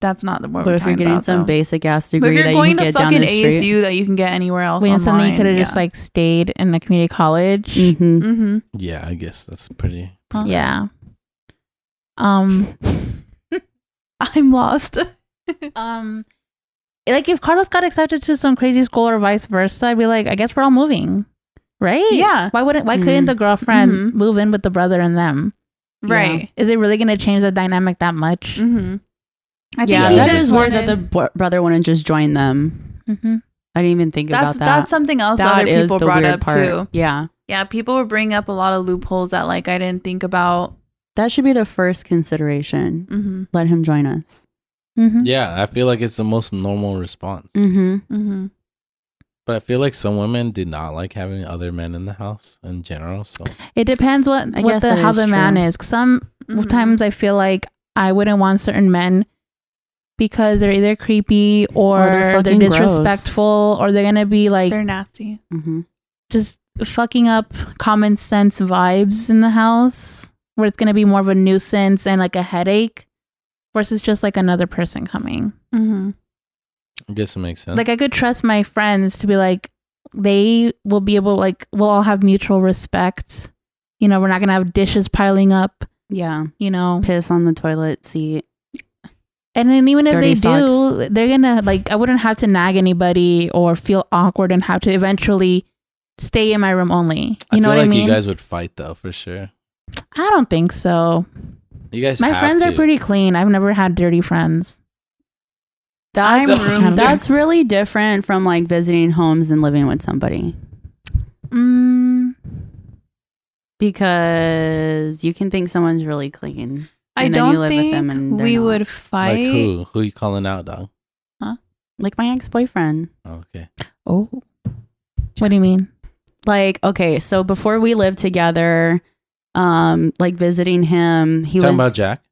[SPEAKER 1] That's not the what
[SPEAKER 3] But
[SPEAKER 1] we're
[SPEAKER 3] if you're
[SPEAKER 1] talking
[SPEAKER 3] getting
[SPEAKER 1] about.
[SPEAKER 3] some
[SPEAKER 1] though.
[SPEAKER 3] basic ass
[SPEAKER 1] But if
[SPEAKER 3] degree
[SPEAKER 1] you're
[SPEAKER 3] that you
[SPEAKER 1] going
[SPEAKER 3] can
[SPEAKER 1] to
[SPEAKER 3] get down
[SPEAKER 1] fucking
[SPEAKER 3] the street.
[SPEAKER 1] ASU that you can get anywhere else,
[SPEAKER 4] When
[SPEAKER 1] online,
[SPEAKER 4] something you could have
[SPEAKER 1] yeah.
[SPEAKER 4] just like stayed in the community college.
[SPEAKER 3] hmm
[SPEAKER 1] Mm-hmm.
[SPEAKER 2] Yeah, I guess that's pretty.
[SPEAKER 4] Yeah. Um.
[SPEAKER 1] I'm lost.
[SPEAKER 4] Um. Like if Carlos got accepted to some crazy school or vice versa, I'd be like, I guess we're all moving, right?
[SPEAKER 1] Yeah.
[SPEAKER 4] Why wouldn't? Why couldn't
[SPEAKER 3] Mm.
[SPEAKER 4] the girlfriend
[SPEAKER 1] Mhm.
[SPEAKER 4] move in with the brother and them?
[SPEAKER 1] Right.
[SPEAKER 4] Is it really going to change the dynamic that much?
[SPEAKER 1] Mm-hmm. I
[SPEAKER 3] Yeah,
[SPEAKER 2] he
[SPEAKER 3] that
[SPEAKER 2] just
[SPEAKER 3] is weird that the bro- brother wouldn't just join them.
[SPEAKER 4] Mm-hmm.
[SPEAKER 3] I didn't even think
[SPEAKER 1] that's
[SPEAKER 3] about that.
[SPEAKER 1] that's something else
[SPEAKER 3] That
[SPEAKER 1] other
[SPEAKER 3] is
[SPEAKER 1] people
[SPEAKER 3] the
[SPEAKER 1] brought
[SPEAKER 3] weird
[SPEAKER 1] up
[SPEAKER 3] part.
[SPEAKER 1] too.
[SPEAKER 3] Yeah,
[SPEAKER 1] Yeah, people would bring up a lot of loopholes that like I didn't think about.
[SPEAKER 3] that should be the first consideration.
[SPEAKER 1] Mm-hmm.
[SPEAKER 3] Let him join us.
[SPEAKER 4] Mm-hmm. Mm.
[SPEAKER 2] Yeah, I feel like it's the most normal response.
[SPEAKER 3] Mm-hmm.
[SPEAKER 1] Mm-hmm.
[SPEAKER 2] But I feel like some women do not like having other men in the house in general. So
[SPEAKER 4] It depends what,
[SPEAKER 3] I
[SPEAKER 4] what
[SPEAKER 3] guess
[SPEAKER 4] the
[SPEAKER 3] that
[SPEAKER 4] how
[SPEAKER 3] is
[SPEAKER 4] the man
[SPEAKER 3] true. Mm-hmm.
[SPEAKER 4] is. 'Cause Some
[SPEAKER 1] Mm-hmm.
[SPEAKER 4] times I feel like I wouldn't want certain men because they're either creepy or,
[SPEAKER 3] they're
[SPEAKER 4] they're,
[SPEAKER 3] fucking gross.
[SPEAKER 4] disrespectful or they're gonna be like
[SPEAKER 1] they're nasty.
[SPEAKER 3] Mm-hmm.
[SPEAKER 4] just fucking up common sense vibes in the house where it's gonna be more of a nuisance and like a headache versus just like another person coming.
[SPEAKER 1] Mm-hmm.
[SPEAKER 2] I guess it makes sense.
[SPEAKER 4] Like I could trust my friends to be like they will be able like we'll all have mutual respect. You know, we're not gonna have dishes piling up,
[SPEAKER 3] Yeah,
[SPEAKER 4] you know.
[SPEAKER 3] piss on the toilet seat.
[SPEAKER 4] And then even if
[SPEAKER 3] Dirty
[SPEAKER 4] they do, they're gonna like I wouldn't have to nag anybody or feel awkward and have to eventually stay in my room only. You
[SPEAKER 2] I
[SPEAKER 4] know
[SPEAKER 2] feel
[SPEAKER 4] what
[SPEAKER 2] like
[SPEAKER 4] I mean?
[SPEAKER 2] you guys would fight though for sure.
[SPEAKER 4] I don't think so.
[SPEAKER 2] You guys,
[SPEAKER 4] my
[SPEAKER 2] have
[SPEAKER 4] friends are
[SPEAKER 2] to.
[SPEAKER 4] pretty clean. I've never had dirty friends.
[SPEAKER 1] I'm
[SPEAKER 3] That's
[SPEAKER 1] room
[SPEAKER 3] that's
[SPEAKER 1] dirty.
[SPEAKER 3] really different from like visiting homes and living with somebody
[SPEAKER 4] Mm,
[SPEAKER 3] because you can think someone's really clean.
[SPEAKER 1] I
[SPEAKER 3] And then you
[SPEAKER 1] don't
[SPEAKER 3] live with them
[SPEAKER 1] think
[SPEAKER 3] and they're
[SPEAKER 1] we
[SPEAKER 3] not.
[SPEAKER 1] would fight.
[SPEAKER 2] Like who? Who you calling out, dog?
[SPEAKER 3] Like my ex boyfriend.
[SPEAKER 2] Okay.
[SPEAKER 4] oh, what do you mean?
[SPEAKER 3] Like okay, so before we lived together, um, like visiting him, he
[SPEAKER 2] Talking
[SPEAKER 3] was
[SPEAKER 2] about Jack.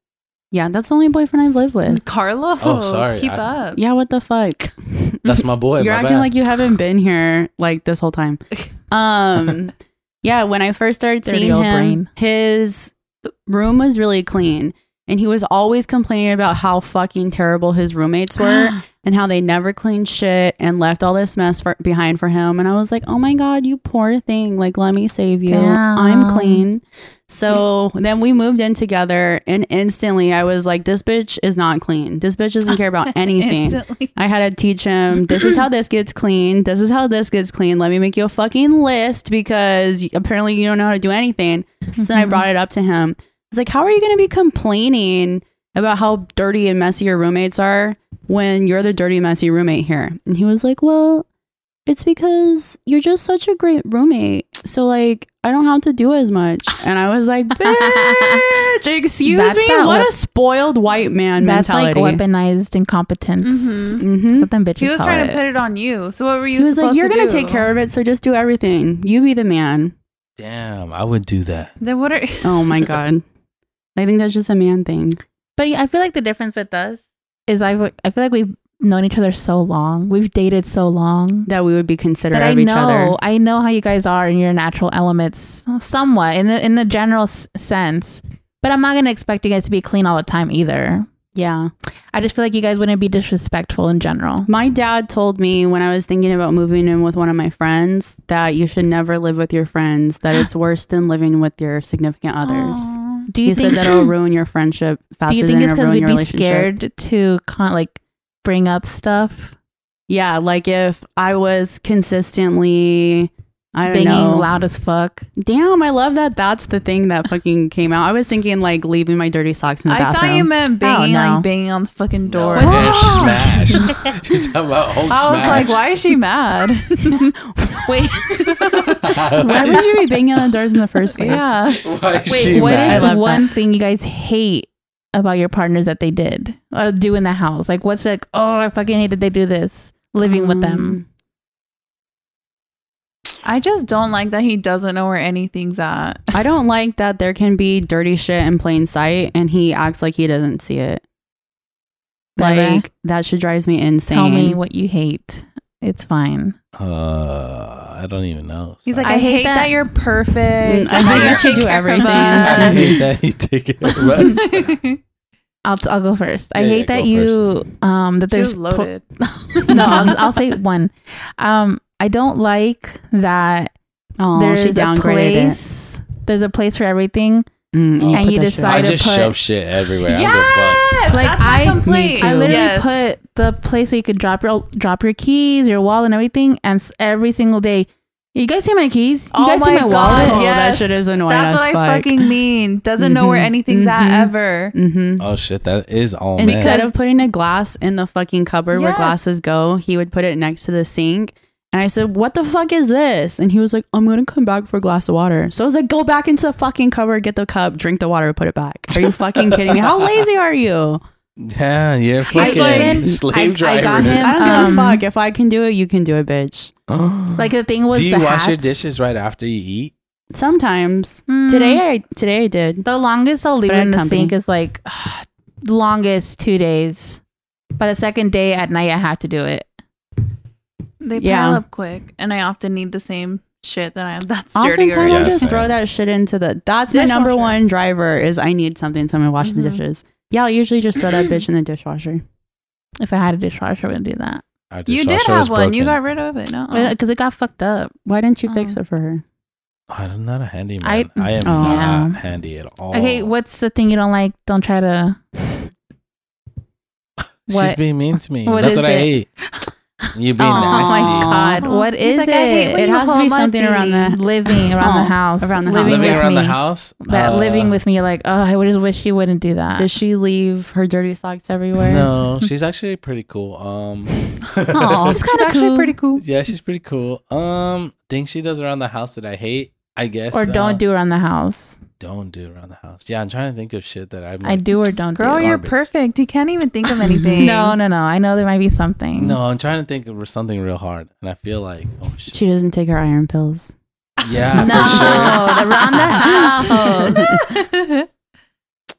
[SPEAKER 3] yeah. That's the only boyfriend I've lived with.
[SPEAKER 1] Carlos,
[SPEAKER 2] Oh, sorry,
[SPEAKER 1] keep
[SPEAKER 2] I-
[SPEAKER 1] up.
[SPEAKER 3] Yeah, what the fuck?
[SPEAKER 2] That's my boy.
[SPEAKER 3] You're
[SPEAKER 2] my
[SPEAKER 3] acting
[SPEAKER 2] bad.
[SPEAKER 3] like you haven't been here like this whole time. Um, yeah, when I first started
[SPEAKER 4] Dirty
[SPEAKER 3] seeing him,
[SPEAKER 4] old brain.
[SPEAKER 3] his room was really clean, and he was always complaining about how fucking terrible his roommates were and how they never cleaned shit and left all this mess for, behind for him. And I was like, oh my god, you poor thing! Like, let me save you. I'm
[SPEAKER 4] Damn.
[SPEAKER 3] clean. So then we moved in together, and instantly I was like, this bitch is not clean. This bitch doesn't care about anything.
[SPEAKER 1] Instantly.
[SPEAKER 3] I had to teach him this is how this gets clean. This is how this gets clean. Let me make you a fucking list because y- apparently you don't know how to do anything. So
[SPEAKER 4] Mm-hmm.
[SPEAKER 3] then I brought it up to him. It's like, how are you going to be complaining about how dirty and messy your roommates are when you're the dirty, messy roommate here? And he was like, well, it's because you're just such a great roommate. So, like, I don't have to do as much. And I was like, bitch, excuse
[SPEAKER 4] That's
[SPEAKER 3] me?
[SPEAKER 4] not
[SPEAKER 3] What
[SPEAKER 4] what-
[SPEAKER 3] a spoiled white man
[SPEAKER 4] That's
[SPEAKER 3] mentality.
[SPEAKER 4] like weaponized incompetence.
[SPEAKER 1] Mhm.
[SPEAKER 3] Mhm.
[SPEAKER 4] Something bitches
[SPEAKER 1] He was
[SPEAKER 4] call
[SPEAKER 1] trying
[SPEAKER 4] it.
[SPEAKER 1] to put it on you. So what were you?
[SPEAKER 3] he was like,
[SPEAKER 1] supposed
[SPEAKER 3] "You're
[SPEAKER 1] to
[SPEAKER 3] gonna
[SPEAKER 1] do?
[SPEAKER 3] take care of it, so just do everything. You be the man."
[SPEAKER 2] Damn, I would do that.
[SPEAKER 1] Then what are?
[SPEAKER 3] Oh my god, I think that's just a man thing.
[SPEAKER 4] But I feel like the difference with us is I I feel like we've known each other so long. We've dated so long
[SPEAKER 3] That we would be considerate
[SPEAKER 4] that I
[SPEAKER 3] of each other.
[SPEAKER 4] know I know how you guys are in your natural elements somewhat in the in the general s- sense. But I'm not going to expect you guys to be clean all the time either.
[SPEAKER 3] Yeah,
[SPEAKER 4] I just feel like you guys wouldn't be disrespectful in general.
[SPEAKER 3] my dad told me when I was thinking about moving in with one of my friends that you should never live with your friends. That it's worse than living with your significant others.
[SPEAKER 1] Aw.
[SPEAKER 4] Do you
[SPEAKER 3] He
[SPEAKER 4] think
[SPEAKER 3] said that it'll ruin your friendship
[SPEAKER 4] do
[SPEAKER 3] faster
[SPEAKER 4] you think
[SPEAKER 3] than
[SPEAKER 4] it's cuz
[SPEAKER 3] it'll ruin
[SPEAKER 4] we'd
[SPEAKER 3] your
[SPEAKER 4] be
[SPEAKER 3] relationship.
[SPEAKER 4] scared to con- like bring up stuff?
[SPEAKER 3] Yeah, like if I was consistently I don't
[SPEAKER 4] banging
[SPEAKER 3] know.
[SPEAKER 4] loud as fuck.
[SPEAKER 3] Damn, I love that. That's the thing that fucking came out. I was thinking like leaving my dirty socks in the
[SPEAKER 1] I
[SPEAKER 3] bathroom.
[SPEAKER 1] thought you meant banging,
[SPEAKER 4] no.
[SPEAKER 1] like banging on the fucking door.
[SPEAKER 2] Hulk smashed. She's talking about Hulk
[SPEAKER 1] I was like,
[SPEAKER 2] smashed.
[SPEAKER 1] why is she mad?
[SPEAKER 4] Wait,
[SPEAKER 3] Why would you be banging on the doors in the first place?
[SPEAKER 1] yeah.
[SPEAKER 2] Why is
[SPEAKER 4] wait.
[SPEAKER 2] she
[SPEAKER 4] What
[SPEAKER 2] mad?
[SPEAKER 4] is
[SPEAKER 3] I love
[SPEAKER 4] the one thing you guys hate about your partners that they did or do in the house? Like, what's like? Oh, I fucking hate that they do this. Living with them.
[SPEAKER 1] I just don't like that he doesn't know where anything's at.
[SPEAKER 3] I don't like that there can be dirty shit in plain sight and he acts like he doesn't see it.
[SPEAKER 4] Bebe.
[SPEAKER 3] Like that should drives me insane.
[SPEAKER 4] Tell me what you hate. It's fine.
[SPEAKER 2] Uh, I don't even know.
[SPEAKER 1] He's like,
[SPEAKER 4] I
[SPEAKER 1] I,
[SPEAKER 4] hate
[SPEAKER 1] hate,
[SPEAKER 4] that-
[SPEAKER 1] that. you're perfect.
[SPEAKER 3] Mm, I hate that you
[SPEAKER 1] take
[SPEAKER 3] do
[SPEAKER 1] care of
[SPEAKER 3] everything.
[SPEAKER 2] I
[SPEAKER 1] us."
[SPEAKER 2] hate that he take it rest.
[SPEAKER 4] I'll I'll go first. I
[SPEAKER 2] Yeah,
[SPEAKER 4] hate
[SPEAKER 2] yeah,
[SPEAKER 4] that
[SPEAKER 2] go
[SPEAKER 4] you um that
[SPEAKER 1] She
[SPEAKER 4] there's
[SPEAKER 1] was
[SPEAKER 4] pl-
[SPEAKER 1] loaded.
[SPEAKER 4] no, I'll, I'll say one. Um, I don't like that
[SPEAKER 3] Oh,
[SPEAKER 4] there's
[SPEAKER 3] she
[SPEAKER 4] a
[SPEAKER 3] downgraded it.
[SPEAKER 4] place. There's a place for everything.
[SPEAKER 3] Mm,
[SPEAKER 2] Oh.
[SPEAKER 4] And
[SPEAKER 3] put
[SPEAKER 4] you
[SPEAKER 3] that shit
[SPEAKER 4] decide-
[SPEAKER 2] I
[SPEAKER 4] to
[SPEAKER 2] just
[SPEAKER 4] put-
[SPEAKER 2] shove shit everywhere. I don't give a fuck.
[SPEAKER 1] Yes,
[SPEAKER 4] Like,
[SPEAKER 1] like that's
[SPEAKER 4] I-
[SPEAKER 1] I
[SPEAKER 4] me
[SPEAKER 1] complaint.
[SPEAKER 3] too.
[SPEAKER 4] I literally
[SPEAKER 1] Yes.
[SPEAKER 4] put the place where you could drop your drop your keys, your wallet, and everything. And s- every single day, you guys see my keys? You
[SPEAKER 1] Oh
[SPEAKER 4] guys see
[SPEAKER 1] my
[SPEAKER 4] my
[SPEAKER 3] out.
[SPEAKER 1] God.
[SPEAKER 4] wallet?
[SPEAKER 3] Oh, that
[SPEAKER 1] Yes.
[SPEAKER 3] shit is annoying
[SPEAKER 1] That's
[SPEAKER 3] as
[SPEAKER 1] what I
[SPEAKER 3] fuck.
[SPEAKER 1] fucking mean. Doesn't know where
[SPEAKER 3] Mhm.
[SPEAKER 1] anything's
[SPEAKER 3] Mhm.
[SPEAKER 1] at ever.
[SPEAKER 3] mm-hmm.
[SPEAKER 2] Oh shit, that is all man.
[SPEAKER 3] Instead
[SPEAKER 1] Because-
[SPEAKER 3] of putting a glass in the fucking cupboard where
[SPEAKER 1] Yes.
[SPEAKER 3] glasses go, he would put it next to the sink. And I said, What the fuck is this? And he was like, I'm gonna come back for a glass of water. So I was like, Go back into the fucking cupboard, get the cup, drink the water, put it back. Are you fucking kidding me? How lazy are you?
[SPEAKER 2] Yeah, you're fucking
[SPEAKER 4] even- I-
[SPEAKER 2] slave
[SPEAKER 4] I
[SPEAKER 2] driver.
[SPEAKER 4] got him-
[SPEAKER 3] I don't give
[SPEAKER 4] Um,
[SPEAKER 3] a fuck. If I can do it, you can do it, bitch.
[SPEAKER 4] Like the thing was,
[SPEAKER 2] Do you
[SPEAKER 4] the
[SPEAKER 2] wash your
[SPEAKER 4] hats.
[SPEAKER 2] dishes right after you eat?
[SPEAKER 3] Sometimes.
[SPEAKER 4] Mm,
[SPEAKER 3] Today I today I did.
[SPEAKER 4] the longest I'll leave
[SPEAKER 3] But
[SPEAKER 4] it in the
[SPEAKER 3] company.
[SPEAKER 4] sink is like longest two days. By the second day at night, I have to do it.
[SPEAKER 1] They pile
[SPEAKER 3] Yeah.
[SPEAKER 1] up quick, and I often need the same shit that I have. That's
[SPEAKER 3] Oftentimes
[SPEAKER 1] dirtier.
[SPEAKER 3] I'll
[SPEAKER 2] Yeah,
[SPEAKER 3] just
[SPEAKER 2] same.
[SPEAKER 3] throw that shit into the that's my number
[SPEAKER 1] Dishwasher.
[SPEAKER 3] one driver is I need something, so I'm washing the
[SPEAKER 1] Mhm.
[SPEAKER 3] dishes. Yeah, I'll usually just throw that bitch in the dishwasher.
[SPEAKER 4] If I had a dishwasher, I would do that
[SPEAKER 2] Our
[SPEAKER 1] You did
[SPEAKER 2] dishwasher was
[SPEAKER 1] have one. You got
[SPEAKER 2] broken.
[SPEAKER 1] rid of it. Uh-uh. No.
[SPEAKER 4] because it got fucked up.
[SPEAKER 3] Why didn't you fix
[SPEAKER 1] Oh.
[SPEAKER 3] it for her?
[SPEAKER 2] I'm not a handyman.
[SPEAKER 4] I-
[SPEAKER 2] I, am
[SPEAKER 3] Oh.
[SPEAKER 2] not handy at all.
[SPEAKER 4] Okay, what's the thing you don't like? Don't try to.
[SPEAKER 2] She's
[SPEAKER 4] what-
[SPEAKER 2] being mean to me.
[SPEAKER 4] what
[SPEAKER 2] That's
[SPEAKER 4] is
[SPEAKER 2] what I
[SPEAKER 4] it?
[SPEAKER 2] hate. You being
[SPEAKER 3] Oh
[SPEAKER 2] nasty.
[SPEAKER 4] Oh my god,
[SPEAKER 3] Aw.
[SPEAKER 4] what
[SPEAKER 1] He's
[SPEAKER 4] is
[SPEAKER 1] like,
[SPEAKER 4] it?
[SPEAKER 1] I hate when
[SPEAKER 4] it
[SPEAKER 3] It
[SPEAKER 1] you
[SPEAKER 3] has to
[SPEAKER 1] call
[SPEAKER 3] be
[SPEAKER 1] my
[SPEAKER 3] something around
[SPEAKER 1] feelings.
[SPEAKER 3] the
[SPEAKER 4] living around the
[SPEAKER 3] Oh,
[SPEAKER 4] house,
[SPEAKER 3] around the house.
[SPEAKER 4] living
[SPEAKER 2] Living
[SPEAKER 4] with
[SPEAKER 2] around
[SPEAKER 4] me.
[SPEAKER 2] the house.
[SPEAKER 4] That
[SPEAKER 2] Uh,
[SPEAKER 4] living with me, like, oh, I would just wish you wouldn't do that.
[SPEAKER 3] Does she leave her dirty socks everywhere?
[SPEAKER 2] No, she's actually pretty cool. Um,
[SPEAKER 3] Aw.
[SPEAKER 1] She's actually
[SPEAKER 4] cool.
[SPEAKER 1] pretty cool.
[SPEAKER 2] yeah, she's pretty cool. Um, things she does around the house that I hate. I guess
[SPEAKER 4] or
[SPEAKER 2] uh,
[SPEAKER 4] don't do around the house.
[SPEAKER 2] don't do around the house. Yeah, I'm trying to think of shit that I'm.
[SPEAKER 4] I do or don't
[SPEAKER 1] Girl,
[SPEAKER 2] Garbage.
[SPEAKER 1] you're perfect. You can't even think of anything.
[SPEAKER 4] do. No, no, no. I know there might be something.
[SPEAKER 2] No, I'm trying to think of something real hard, and I feel like oh shit.
[SPEAKER 3] She doesn't take her iron pills.
[SPEAKER 2] Yeah,
[SPEAKER 4] No,
[SPEAKER 2] for sure.
[SPEAKER 4] around the house.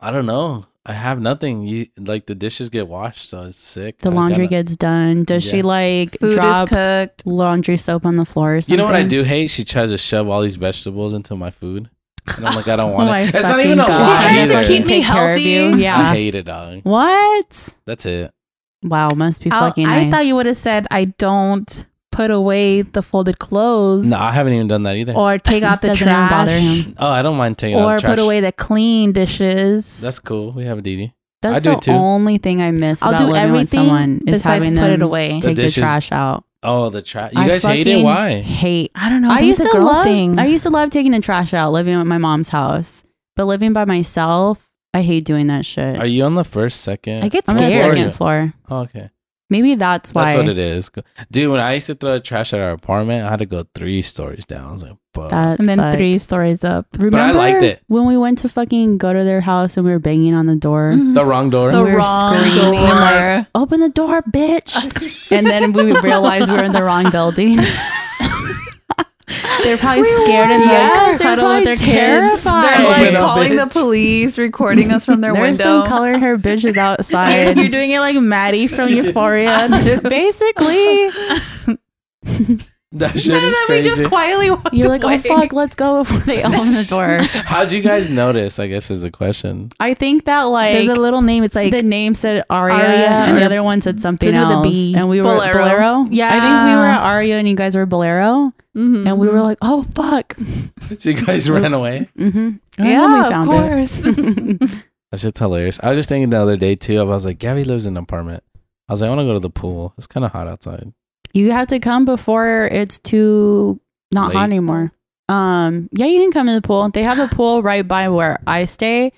[SPEAKER 2] I don't know. I have nothing. You like the dishes get washed, so it's sick.
[SPEAKER 3] The
[SPEAKER 2] I
[SPEAKER 3] laundry
[SPEAKER 2] gotta-
[SPEAKER 3] gets done. Does she
[SPEAKER 2] Yeah.
[SPEAKER 3] like
[SPEAKER 1] Food
[SPEAKER 3] drop
[SPEAKER 1] is cooked.
[SPEAKER 3] laundry soap on the floor or something?
[SPEAKER 2] You know what I do hate? She tries to shove all these vegetables into my food, and I'm like, I don't want
[SPEAKER 4] Oh my
[SPEAKER 2] it. It's not
[SPEAKER 4] fucking
[SPEAKER 2] even a
[SPEAKER 4] God.
[SPEAKER 2] lie.
[SPEAKER 1] She's trying to
[SPEAKER 2] either.
[SPEAKER 1] keep me
[SPEAKER 3] Take care of
[SPEAKER 1] healthy.
[SPEAKER 3] you. Yeah.
[SPEAKER 2] I hate it, dog.
[SPEAKER 3] What?
[SPEAKER 2] That's it.
[SPEAKER 3] Wow, must be
[SPEAKER 4] I'll-
[SPEAKER 3] fucking
[SPEAKER 4] I
[SPEAKER 3] nice.
[SPEAKER 4] thought you would have said, I don't put away the folded clothes
[SPEAKER 2] No, I haven't even done that either.
[SPEAKER 4] or take out the
[SPEAKER 3] Doesn't even
[SPEAKER 4] trash
[SPEAKER 3] bother him.
[SPEAKER 2] oh, I don't mind taking out
[SPEAKER 4] or
[SPEAKER 2] the trash.
[SPEAKER 4] put away the clean dishes.
[SPEAKER 2] That's cool. We have a DD.
[SPEAKER 3] That's
[SPEAKER 2] I do
[SPEAKER 3] the
[SPEAKER 2] too.
[SPEAKER 3] only thing I miss
[SPEAKER 4] I'll
[SPEAKER 3] about
[SPEAKER 4] do
[SPEAKER 3] living with someone
[SPEAKER 4] everything
[SPEAKER 3] is
[SPEAKER 4] besides
[SPEAKER 3] having
[SPEAKER 4] put
[SPEAKER 3] them
[SPEAKER 4] it away.
[SPEAKER 2] The
[SPEAKER 3] take the
[SPEAKER 2] dishes.
[SPEAKER 3] trash out.
[SPEAKER 2] Oh, the trash. You
[SPEAKER 3] I
[SPEAKER 2] guys hate it.
[SPEAKER 3] fucking
[SPEAKER 2] Why?
[SPEAKER 3] Hate
[SPEAKER 4] I don't know.
[SPEAKER 3] I
[SPEAKER 4] think
[SPEAKER 3] used
[SPEAKER 4] Oh, it's
[SPEAKER 3] to
[SPEAKER 4] a girl
[SPEAKER 3] love.
[SPEAKER 4] thing.
[SPEAKER 3] I used to love taking the trash out, living at my mom's house, but living by myself, I hate doing that shit.
[SPEAKER 2] Are you on the first, second?
[SPEAKER 4] I get
[SPEAKER 3] I'm on the
[SPEAKER 2] scared.
[SPEAKER 3] second floor.
[SPEAKER 2] Oh, okay,
[SPEAKER 3] Maybe that's why.
[SPEAKER 2] that's what it is. Go- Dude, when I used to throw trash at our apartment, I had to go three stories down. I was like, but
[SPEAKER 3] That
[SPEAKER 4] and then
[SPEAKER 3] sucks.
[SPEAKER 4] three stories up.
[SPEAKER 2] But I
[SPEAKER 3] Remember
[SPEAKER 2] liked it.
[SPEAKER 3] when we went to fucking go to their house and we were banging on the door.
[SPEAKER 1] Mm.
[SPEAKER 2] the wrong door.
[SPEAKER 1] The
[SPEAKER 3] We were
[SPEAKER 1] wrong
[SPEAKER 3] screaming,
[SPEAKER 1] door.
[SPEAKER 3] like, Open the door, bitch! and then we realized we were in the wrong building.
[SPEAKER 4] They're probably
[SPEAKER 1] We
[SPEAKER 4] scared in the
[SPEAKER 3] yes, they're
[SPEAKER 4] cuddle with their
[SPEAKER 3] probably
[SPEAKER 4] kids.
[SPEAKER 3] terrified.
[SPEAKER 1] They're like
[SPEAKER 2] Open up,
[SPEAKER 1] calling
[SPEAKER 2] bitch.
[SPEAKER 1] the police, recording us from their
[SPEAKER 3] There's
[SPEAKER 1] window.
[SPEAKER 3] some color hair bitches outside.
[SPEAKER 4] You're doing it like Maddie from Euphoria.
[SPEAKER 3] Basically,
[SPEAKER 2] that shit
[SPEAKER 1] and
[SPEAKER 2] is
[SPEAKER 1] then we
[SPEAKER 2] crazy.
[SPEAKER 1] just quietly walked
[SPEAKER 3] you're like,
[SPEAKER 1] away.
[SPEAKER 3] oh fuck, let's go before they open the door.
[SPEAKER 2] How'd you guys notice? I guess is the question.
[SPEAKER 3] I think that like
[SPEAKER 4] There's a little name. It's like
[SPEAKER 3] the name said Aria,
[SPEAKER 4] Aria
[SPEAKER 3] and
[SPEAKER 4] or
[SPEAKER 3] the other one said something
[SPEAKER 4] something with a
[SPEAKER 3] else,
[SPEAKER 4] B.
[SPEAKER 3] and we were
[SPEAKER 1] Bolero.
[SPEAKER 3] Bolero.
[SPEAKER 4] Yeah.
[SPEAKER 3] I think we were at Aria, and you guys were Bolero,
[SPEAKER 1] Mhm.
[SPEAKER 3] and we were like, oh fuck.
[SPEAKER 2] So you guys ran away.
[SPEAKER 3] Mm-hmm.
[SPEAKER 1] yeah, of course.
[SPEAKER 2] That shit's hilarious. I was just thinking the other day too. I was like, Gabby lives in an apartment. I was like, I want to go to the pool. It's kind of hot outside.
[SPEAKER 3] you have to come before it's too not hot
[SPEAKER 2] Late.
[SPEAKER 3] anymore. Um, yeah, you can come to the pool. They have a pool right by where I stay,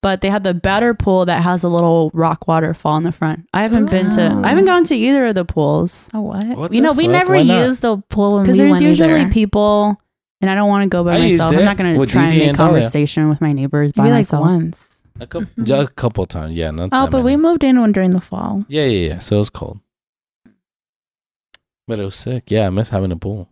[SPEAKER 3] but they have the better pool that has a little rock waterfall in the front. I haven't been to,
[SPEAKER 4] Ooh.
[SPEAKER 3] I haven't gone to either of the pools
[SPEAKER 4] Oh what?
[SPEAKER 2] What
[SPEAKER 4] you
[SPEAKER 2] the
[SPEAKER 4] know, we
[SPEAKER 2] fuck?
[SPEAKER 4] never
[SPEAKER 2] Why not?
[SPEAKER 4] use the pool when
[SPEAKER 3] because
[SPEAKER 4] we
[SPEAKER 3] there's
[SPEAKER 4] went
[SPEAKER 3] usually
[SPEAKER 4] either.
[SPEAKER 3] people, and I don't want to go
[SPEAKER 2] I
[SPEAKER 3] by
[SPEAKER 2] used
[SPEAKER 3] myself. I'm
[SPEAKER 2] it
[SPEAKER 3] not going to
[SPEAKER 2] with
[SPEAKER 3] try and
[SPEAKER 2] Didi
[SPEAKER 3] make
[SPEAKER 2] and Dalia.
[SPEAKER 3] conversation with my neighbors by
[SPEAKER 4] Maybe like
[SPEAKER 3] myself.
[SPEAKER 4] once.
[SPEAKER 2] A couple, a couple times, yeah. Not
[SPEAKER 4] Oh,
[SPEAKER 2] that
[SPEAKER 4] but
[SPEAKER 2] many.
[SPEAKER 4] we moved in one during the fall.
[SPEAKER 2] Yeah, yeah, yeah. So it was cold, but it was sick. Yeah, I miss having a pool.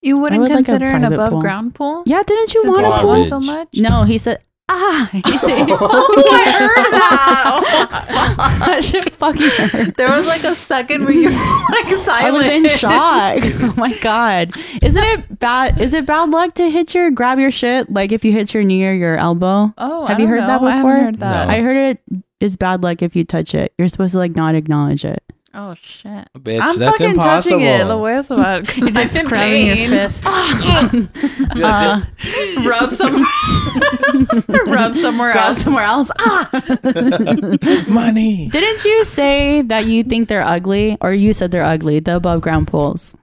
[SPEAKER 1] You wouldn't
[SPEAKER 3] would like a
[SPEAKER 1] consider an
[SPEAKER 3] private pool.
[SPEAKER 1] above ground pool?
[SPEAKER 3] Yeah, didn't you
[SPEAKER 1] Since
[SPEAKER 2] it's
[SPEAKER 1] you
[SPEAKER 3] want a
[SPEAKER 1] don't
[SPEAKER 2] all
[SPEAKER 3] pool?
[SPEAKER 1] want so
[SPEAKER 2] Garbage.
[SPEAKER 1] much?
[SPEAKER 3] No, he said, ah. He said,
[SPEAKER 1] Oh, I heard that.
[SPEAKER 3] that shit fucking hurt.
[SPEAKER 1] There was like a second where you were like silent.
[SPEAKER 3] I was in shock. oh my god! Isn't it bad? Is it bad luck to hit your grab your shit? Like if you hit your knee or your elbow.
[SPEAKER 1] Oh,
[SPEAKER 3] Have
[SPEAKER 1] I
[SPEAKER 3] you
[SPEAKER 1] don't
[SPEAKER 3] heard that
[SPEAKER 1] know. I haven't
[SPEAKER 3] before?
[SPEAKER 1] heard that.
[SPEAKER 2] No.
[SPEAKER 3] I heard it is bad luck if you touch it. You're supposed to like not acknowledge it.
[SPEAKER 4] Oh shit.
[SPEAKER 2] Bitch,
[SPEAKER 1] I'm
[SPEAKER 2] that's
[SPEAKER 1] fucking
[SPEAKER 2] impossible.
[SPEAKER 1] touching it. The way it's about
[SPEAKER 4] You're just grabbing your fist.
[SPEAKER 2] Yeah, just-
[SPEAKER 1] Rub somewhere. Rub somewhere
[SPEAKER 3] grab
[SPEAKER 1] else.
[SPEAKER 3] somewhere else. Ah!
[SPEAKER 2] money.
[SPEAKER 3] Didn't you say that you think they're ugly, or you said they're ugly? The above ground pools.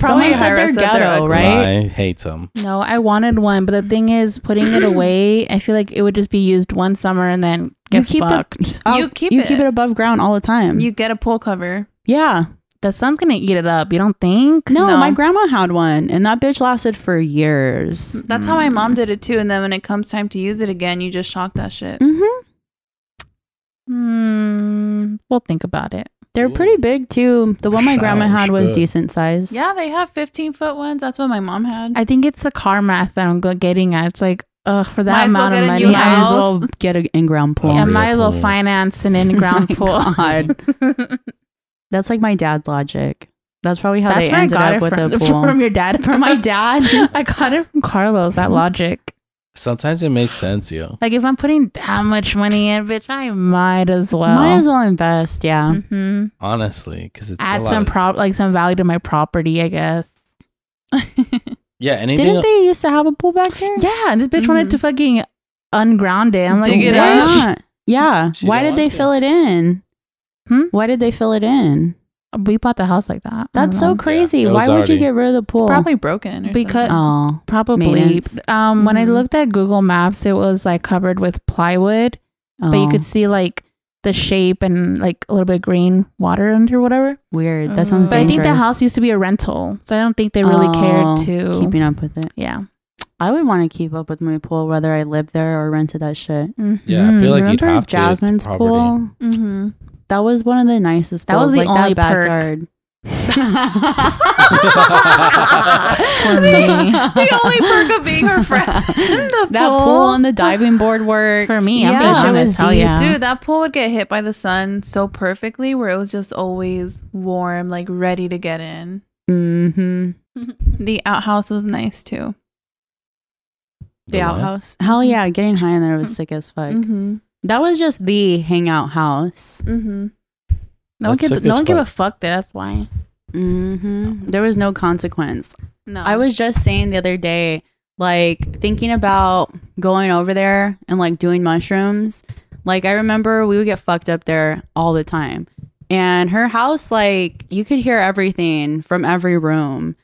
[SPEAKER 3] Someone said
[SPEAKER 1] Hira
[SPEAKER 3] they're ghetto,
[SPEAKER 1] ugly.
[SPEAKER 3] right?
[SPEAKER 2] I hate them.
[SPEAKER 4] No, I wanted one, but the thing is, putting it away, I feel like it would just be used one summer and then
[SPEAKER 3] You
[SPEAKER 4] get
[SPEAKER 3] keep the-
[SPEAKER 4] fucked.
[SPEAKER 3] Oh,
[SPEAKER 1] You keep
[SPEAKER 3] you
[SPEAKER 1] it.
[SPEAKER 3] keep it above ground all the time.
[SPEAKER 1] You get a pool cover.
[SPEAKER 3] yeah.
[SPEAKER 4] the sun's gonna eat it up. You don't think?
[SPEAKER 3] No,
[SPEAKER 1] No.
[SPEAKER 3] my grandma had one, and that bitch lasted for years.
[SPEAKER 1] That's how my
[SPEAKER 2] Mm.
[SPEAKER 1] mom did it too. And then when it comes time to use it again, you just shock that shit.
[SPEAKER 3] Mm-hmm.
[SPEAKER 4] Hmm, we'll think about it.
[SPEAKER 3] They're
[SPEAKER 2] Ooh.
[SPEAKER 3] pretty big too. The one my grandma
[SPEAKER 2] Sounds
[SPEAKER 3] had was
[SPEAKER 2] good.
[SPEAKER 3] decent size.
[SPEAKER 1] Yeah, they have 15 foot ones. That's what my mom had.
[SPEAKER 4] I think it's the car math that I'm go- getting at. It's like, ugh, for that
[SPEAKER 1] Might as well
[SPEAKER 4] amount of
[SPEAKER 1] get a
[SPEAKER 4] money,
[SPEAKER 1] new
[SPEAKER 4] I
[SPEAKER 3] might
[SPEAKER 1] house.
[SPEAKER 3] as well get an in-ground pool.
[SPEAKER 4] yeah,
[SPEAKER 2] Real
[SPEAKER 4] might as well
[SPEAKER 2] pool.
[SPEAKER 4] finance an in-ground
[SPEAKER 3] My
[SPEAKER 4] pool.
[SPEAKER 3] God. That's like my dad's logic. That's probably how
[SPEAKER 4] That's
[SPEAKER 3] they
[SPEAKER 4] where I
[SPEAKER 3] ended
[SPEAKER 4] got
[SPEAKER 3] up
[SPEAKER 4] it
[SPEAKER 3] with
[SPEAKER 4] from,
[SPEAKER 3] a pool.
[SPEAKER 4] from your dad.
[SPEAKER 3] From my dad.
[SPEAKER 4] I got it from Carlos. That logic.
[SPEAKER 2] Sometimes it makes sense, yo.
[SPEAKER 4] Like if I'm putting that much money in, bitch, I might as well.
[SPEAKER 3] Might as well invest. Yeah.
[SPEAKER 4] hmm
[SPEAKER 2] Honestly, because it's a
[SPEAKER 4] Add
[SPEAKER 2] lot
[SPEAKER 4] some
[SPEAKER 2] of-
[SPEAKER 4] prop, like some value to my property, I guess.
[SPEAKER 2] yeah, anything.
[SPEAKER 3] Didn't they used to have a pool back there?
[SPEAKER 4] Yeah, and this bitch wanted
[SPEAKER 1] Mhm.
[SPEAKER 4] to fucking unground Mm-hmm. it. I'm like,
[SPEAKER 1] Dig it
[SPEAKER 4] "What?"
[SPEAKER 3] Why
[SPEAKER 1] up.
[SPEAKER 3] not? Yeah.
[SPEAKER 2] She
[SPEAKER 3] Why
[SPEAKER 2] don't
[SPEAKER 3] did they
[SPEAKER 2] want to.
[SPEAKER 3] fill it in?
[SPEAKER 4] Hmm?
[SPEAKER 3] Why did they fill it in?
[SPEAKER 4] We bought the house like that. I don't
[SPEAKER 3] That's so
[SPEAKER 4] know.
[SPEAKER 3] crazy.
[SPEAKER 2] it was
[SPEAKER 3] Why would you
[SPEAKER 2] already-
[SPEAKER 3] get rid of the pool?
[SPEAKER 1] Probably broken or
[SPEAKER 4] Because-
[SPEAKER 1] something.
[SPEAKER 3] oh.
[SPEAKER 4] probably.
[SPEAKER 3] Maintenance. Mm-hmm.
[SPEAKER 4] Um, when I
[SPEAKER 1] Mhm.
[SPEAKER 4] looked at Google Maps, it was like covered with plywood, but you
[SPEAKER 3] Oh.
[SPEAKER 4] could see like the shape and like a little bit of green water under whatever.
[SPEAKER 3] Weird. That sounds
[SPEAKER 1] But
[SPEAKER 4] Mm. But
[SPEAKER 3] dangerous.
[SPEAKER 4] I think the house used to be a rental, so I don't think they really
[SPEAKER 3] Oh,
[SPEAKER 4] cared to.
[SPEAKER 3] keeping up with it.
[SPEAKER 4] yeah.
[SPEAKER 3] I would want to keep up with my pool, whether I lived there or rented that shit.
[SPEAKER 2] Yeah,
[SPEAKER 3] Mm-hmm.
[SPEAKER 2] I feel like you'd
[SPEAKER 3] Remember
[SPEAKER 2] have to. It's
[SPEAKER 3] Jasmine's
[SPEAKER 2] property.
[SPEAKER 3] pool?
[SPEAKER 1] Mm-hmm.
[SPEAKER 3] That was one of the nicest.
[SPEAKER 4] That was
[SPEAKER 3] pools,
[SPEAKER 4] the
[SPEAKER 3] like
[SPEAKER 4] only
[SPEAKER 3] that backyard.
[SPEAKER 4] For me.
[SPEAKER 1] the only perk of being her friend. The
[SPEAKER 3] That pool. and the diving board worked
[SPEAKER 4] For me,
[SPEAKER 1] Yeah.
[SPEAKER 4] I'm
[SPEAKER 1] That
[SPEAKER 4] being
[SPEAKER 1] shit
[SPEAKER 4] honest.
[SPEAKER 3] was
[SPEAKER 4] Hell
[SPEAKER 3] deep.
[SPEAKER 4] yeah.
[SPEAKER 1] Dude, that pool would get hit by the sun so perfectly where it was just always warm, like ready to get in.
[SPEAKER 3] Mm-hmm.
[SPEAKER 1] The outhouse was nice too.
[SPEAKER 3] The
[SPEAKER 2] what?
[SPEAKER 3] outhouse. Hell yeah, getting high in there was sick as fuck.
[SPEAKER 4] Mm.
[SPEAKER 1] Mm-hmm.
[SPEAKER 3] That was just the hangout house.
[SPEAKER 1] Mm-hmm.
[SPEAKER 4] no one,
[SPEAKER 2] That's
[SPEAKER 4] gives,
[SPEAKER 2] sick
[SPEAKER 4] no
[SPEAKER 2] as
[SPEAKER 4] one give a
[SPEAKER 2] fuck.
[SPEAKER 4] fuck. There. That's why.
[SPEAKER 3] Mm-hmm. There was no consequence.
[SPEAKER 1] No,
[SPEAKER 3] I was just saying the other day, like thinking about going over there and like doing mushrooms. Like I remember we would get fucked up there all the time. And her house, like you could hear everything from every room.